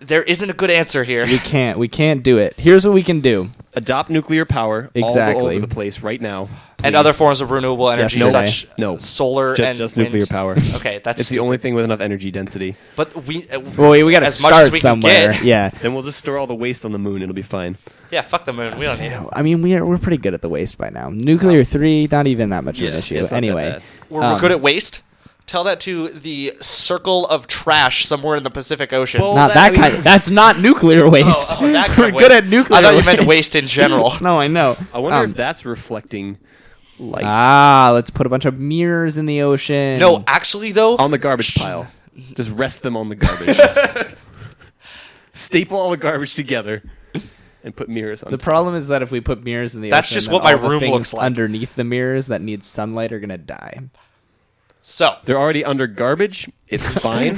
Speaker 1: There isn't a good answer here.
Speaker 2: we can't. We can't do it. Here's what we can do.
Speaker 3: Adopt nuclear power all
Speaker 2: Exactly.
Speaker 3: over the place right now.
Speaker 1: And
Speaker 3: please.
Speaker 1: other forms of renewable energy,
Speaker 2: no way.
Speaker 1: such
Speaker 3: No.
Speaker 1: solar
Speaker 3: just,
Speaker 1: and
Speaker 3: just
Speaker 1: wind.
Speaker 3: nuclear power.
Speaker 1: Okay, that's
Speaker 3: it's the only thing with enough energy density.
Speaker 1: But we, uh,
Speaker 2: Well, we, we got to
Speaker 1: as
Speaker 2: start
Speaker 1: much as we can
Speaker 2: somewhere.
Speaker 1: get.
Speaker 2: Yeah.
Speaker 3: Then we'll just store all the waste on the moon. It'll be fine.
Speaker 1: Yeah, fuck the moon. We don't need it.
Speaker 2: I mean, we are we're pretty good at the waste by now. Nuclear three, not even that much of
Speaker 3: Oh. Yeah,
Speaker 2: an issue.
Speaker 3: it's not that
Speaker 2: Anyway,
Speaker 3: bad.
Speaker 1: We're, we're
Speaker 2: Um,
Speaker 1: good at waste. Tell that to the circle of trash somewhere in the Pacific Ocean.
Speaker 3: Well,
Speaker 2: not
Speaker 3: that-
Speaker 2: that
Speaker 3: I mean-
Speaker 2: kind. that's not nuclear waste.
Speaker 1: Oh, oh, that kind
Speaker 2: we're
Speaker 1: of
Speaker 2: good
Speaker 1: waste.
Speaker 2: at nuclear.
Speaker 1: I thought you meant waste in general.
Speaker 2: no, I know.
Speaker 3: I wonder
Speaker 2: Um,
Speaker 3: if that's reflecting light
Speaker 2: Ah, let's put a bunch of mirrors in the ocean.
Speaker 1: No, actually though,
Speaker 2: Um,
Speaker 3: on the garbage pile. Just rest them on the garbage. Staple all the garbage together and put mirrors on.
Speaker 2: The
Speaker 3: top.
Speaker 2: problem is that if we put mirrors in the
Speaker 1: That's
Speaker 2: ocean,
Speaker 1: just
Speaker 2: then
Speaker 1: what my
Speaker 2: all the
Speaker 1: room
Speaker 2: things
Speaker 1: looks like.
Speaker 2: Underneath the mirrors that need sunlight are gonna die.
Speaker 1: so
Speaker 3: They're already under garbage. It's fine.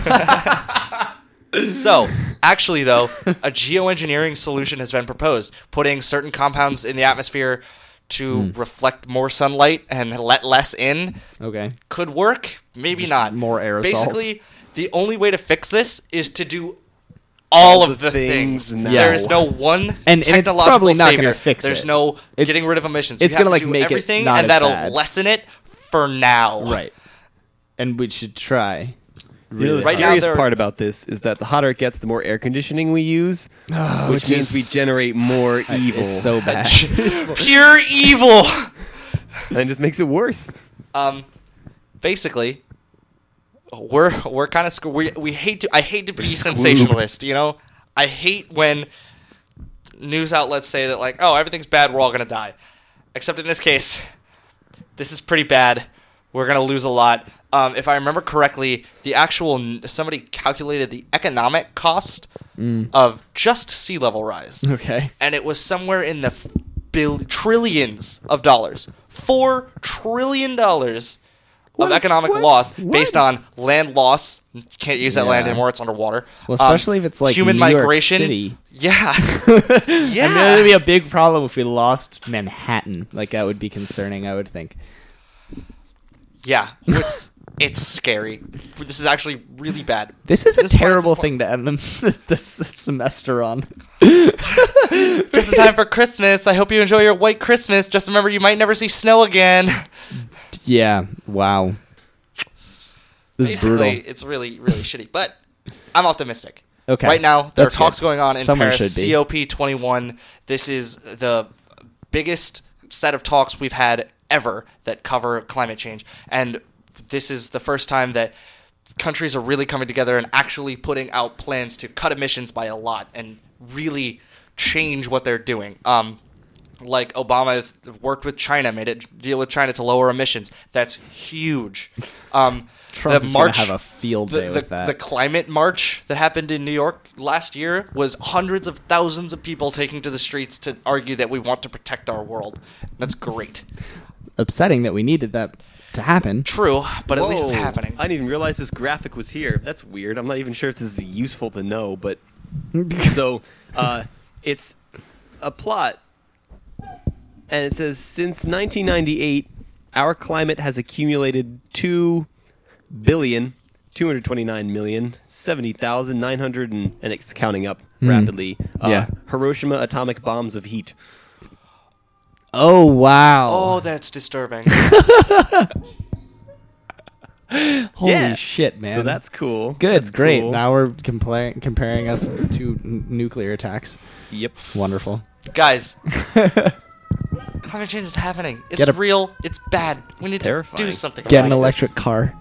Speaker 1: so actually though, a geoengineering solution has been proposed, putting certain compounds in the atmosphere to
Speaker 2: Hmm.
Speaker 1: reflect more sunlight and let less in.
Speaker 2: Okay.
Speaker 1: Could work, maybe not.
Speaker 2: more aerosols.
Speaker 1: Basically, the only way to fix this is to do all of the
Speaker 3: things
Speaker 1: things.
Speaker 3: now.
Speaker 1: There is no one
Speaker 2: and it's
Speaker 1: technological
Speaker 2: probably not
Speaker 1: savior.
Speaker 2: gonna fix
Speaker 1: There's
Speaker 2: it.
Speaker 1: no
Speaker 2: It-
Speaker 1: getting rid of emissions.
Speaker 2: it's
Speaker 1: you have
Speaker 2: gonna,
Speaker 1: to
Speaker 2: like,
Speaker 1: do
Speaker 2: make it
Speaker 1: everything,
Speaker 2: not
Speaker 1: and
Speaker 2: as
Speaker 1: that'll
Speaker 2: bad.
Speaker 1: lessen it for now.
Speaker 2: Right. And we should try.
Speaker 3: You know, the
Speaker 1: Right now
Speaker 3: serious
Speaker 1: they're-
Speaker 3: part about this is that the hotter it gets, the more air conditioning we use, which
Speaker 2: which
Speaker 3: means
Speaker 2: is-
Speaker 3: we generate more evil.
Speaker 2: It's so bad.
Speaker 1: Pure evil.
Speaker 3: and it just makes it worse.
Speaker 1: Um, basically, we're we're kind of sc- we we hate to I hate to be sensationalist. You know, I hate when news outlets say that like, oh, everything's bad, we're all gonna die. Except in this case, this is pretty bad. We're gonna lose a lot. Um, if I remember correctly, the actual somebody calculated the economic cost of just sea level rise.
Speaker 2: okay.
Speaker 1: and it was somewhere in the f- bill- trillions of dollars. Four trillion dollars of economic
Speaker 3: what-
Speaker 1: loss
Speaker 3: what?
Speaker 1: based on land loss. Can't use that land
Speaker 2: Yeah.
Speaker 1: anymore; it's underwater.
Speaker 2: Well,
Speaker 1: Um,
Speaker 2: especially if it's, like,
Speaker 1: human
Speaker 2: New York
Speaker 1: migration.
Speaker 2: City.
Speaker 1: Yeah,
Speaker 2: I mean, that
Speaker 1: yeah.
Speaker 2: would be a big problem if we lost Manhattan. Like that would be concerning. I would think.
Speaker 1: yeah, it's it's scary. This is actually really bad.
Speaker 2: This is a
Speaker 1: This is why it's
Speaker 2: terrible
Speaker 1: important.
Speaker 2: thing to end the, this semester on.
Speaker 1: Just in time for Christmas. I hope you enjoy your white Christmas. Just remember, you might never see snow again.
Speaker 2: Yeah. Wow. This is
Speaker 1: Basically,
Speaker 2: brutal.
Speaker 1: it's really really shitty. But I'm optimistic.
Speaker 2: Okay.
Speaker 1: Right now, there
Speaker 2: That's
Speaker 1: are talks
Speaker 2: good.
Speaker 1: going on in
Speaker 2: Someone
Speaker 1: Paris.
Speaker 2: should be.
Speaker 1: COP21. This is the biggest set of talks we've had ever that cover climate change, and this is the first time that countries are really coming together and actually putting out plans to cut emissions by a lot and really change what they're doing. Um, like Obama has worked with China, made it deal with China to lower emissions. That's huge. Um,
Speaker 2: Trump
Speaker 1: the
Speaker 2: is gonna
Speaker 1: march
Speaker 2: have a field
Speaker 1: the,
Speaker 2: day
Speaker 1: the,
Speaker 2: with that.
Speaker 1: the climate march that happened in New York last year was hundreds of thousands of people taking to the streets to argue that we want to protect our world. That's great.
Speaker 2: Upsetting that we needed that to happen.
Speaker 1: True, but at least it's
Speaker 3: Whoa.
Speaker 1: happening.
Speaker 3: I didn't even realize this graphic was here. That's weird. I'm not even sure if this is useful to know, but so uh, it's a plot, and it says since 1998, our climate has accumulated two billion. 229 million 70,900 and and it's counting up rapidly uh,
Speaker 2: Hmm. Yeah.
Speaker 3: Hiroshima atomic bombs of heat
Speaker 2: Oh wow.
Speaker 1: Oh, that's disturbing.
Speaker 2: Holy
Speaker 3: Yeah.
Speaker 2: shit, man.
Speaker 3: so that's cool
Speaker 2: good.
Speaker 3: That's
Speaker 2: great.
Speaker 3: cool.
Speaker 2: Now we're compla- comparing us to n- nuclear attacks.
Speaker 3: yep
Speaker 2: Wonderful.
Speaker 1: Guys, climate change is happening. It's
Speaker 2: Get a-
Speaker 1: real. It's bad. We need to do
Speaker 3: Terrifying.
Speaker 1: something
Speaker 2: Get an
Speaker 1: about
Speaker 2: electric car.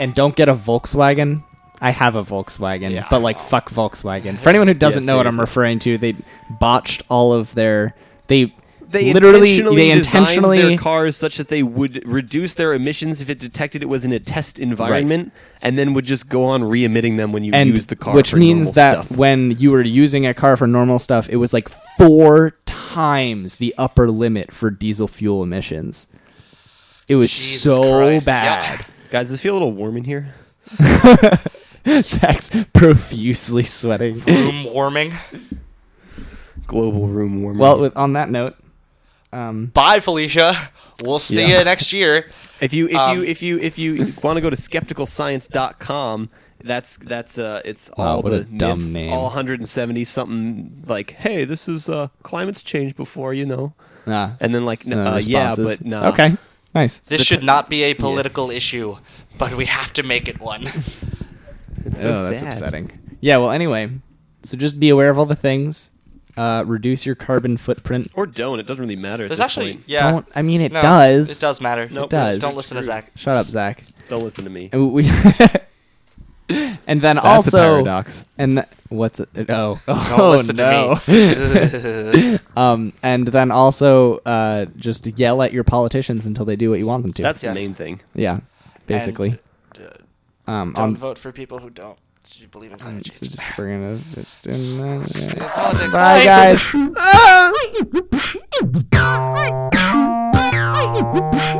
Speaker 2: And don't get a Volkswagen. I have a Volkswagen,
Speaker 1: Yeah,
Speaker 2: but
Speaker 1: I
Speaker 2: like
Speaker 1: know.
Speaker 2: fuck Volkswagen. For anyone who doesn't know what I'm
Speaker 3: seriously.
Speaker 2: referring to, they botched all of their they
Speaker 3: they
Speaker 2: literally
Speaker 3: intentionally
Speaker 2: they
Speaker 3: designed
Speaker 2: intentionally
Speaker 3: their cars such that they would reduce their emissions if it detected it was in a test environment, and then would just go on re-emitting them when you
Speaker 2: and
Speaker 3: use the car.
Speaker 2: which
Speaker 3: for
Speaker 2: means
Speaker 3: normal
Speaker 2: that
Speaker 3: stuff.
Speaker 2: when you were using a car for normal stuff, it was like four times the upper limit for diesel fuel emissions. It was
Speaker 1: Jesus
Speaker 2: so
Speaker 1: Christ,
Speaker 2: bad.
Speaker 3: guys, does it feel a little warm in here?
Speaker 2: Zach's profusely sweating.
Speaker 1: it. room warming.
Speaker 3: global room warming.
Speaker 2: Well, with, on that note, um,
Speaker 1: Bye, Felicia. We'll see
Speaker 3: Yeah.
Speaker 1: you next year.
Speaker 3: if you if
Speaker 1: um,
Speaker 3: you if you if you want to go to skepticalscience.com, that's that's uh it's
Speaker 2: Wow,
Speaker 3: all
Speaker 2: what
Speaker 3: the
Speaker 2: a dumb
Speaker 3: myths,
Speaker 2: name.
Speaker 3: all 170 something like hey, this is uh climate's changed before, you know.
Speaker 2: ah,
Speaker 3: And then like n-
Speaker 2: uh,
Speaker 3: uh, yeah,
Speaker 2: responses.
Speaker 3: but nah.
Speaker 2: Okay, nice.
Speaker 1: This should not be a political issue, but we have to make it one.
Speaker 3: It's so
Speaker 2: oh, that's
Speaker 3: sad.
Speaker 2: upsetting. Yeah. Well, anyway, so just be aware of all the things. Uh, reduce your carbon footprint.
Speaker 3: Or don't, it doesn't really matter. at
Speaker 1: There's
Speaker 3: this
Speaker 1: actually,
Speaker 3: point.
Speaker 1: yeah.
Speaker 2: Don't, I mean, it
Speaker 1: No,
Speaker 2: does.
Speaker 1: It does matter.
Speaker 3: Nope,
Speaker 2: does.
Speaker 1: Don't listen to
Speaker 3: Screw.
Speaker 1: Zach.
Speaker 2: Shut up, Zach.
Speaker 3: Don't listen to me.
Speaker 2: And we. and then
Speaker 3: That's a
Speaker 2: also
Speaker 3: paradox.
Speaker 2: And th- what's it? Oh, oh
Speaker 1: Don't listen
Speaker 2: no.
Speaker 1: to me.
Speaker 2: um, and then also uh, just yell at your politicians until they do what you want them to.
Speaker 3: That's
Speaker 1: Yes.
Speaker 3: the main thing.
Speaker 2: yeah, basically.
Speaker 1: And, uh,
Speaker 2: Um,
Speaker 1: don't
Speaker 2: on-
Speaker 1: vote for people who don't you believe in climate
Speaker 2: so
Speaker 1: change.
Speaker 2: just, we're gonna just in that-
Speaker 1: It's politics.
Speaker 2: Bye, guys.
Speaker 5: Oh, my God.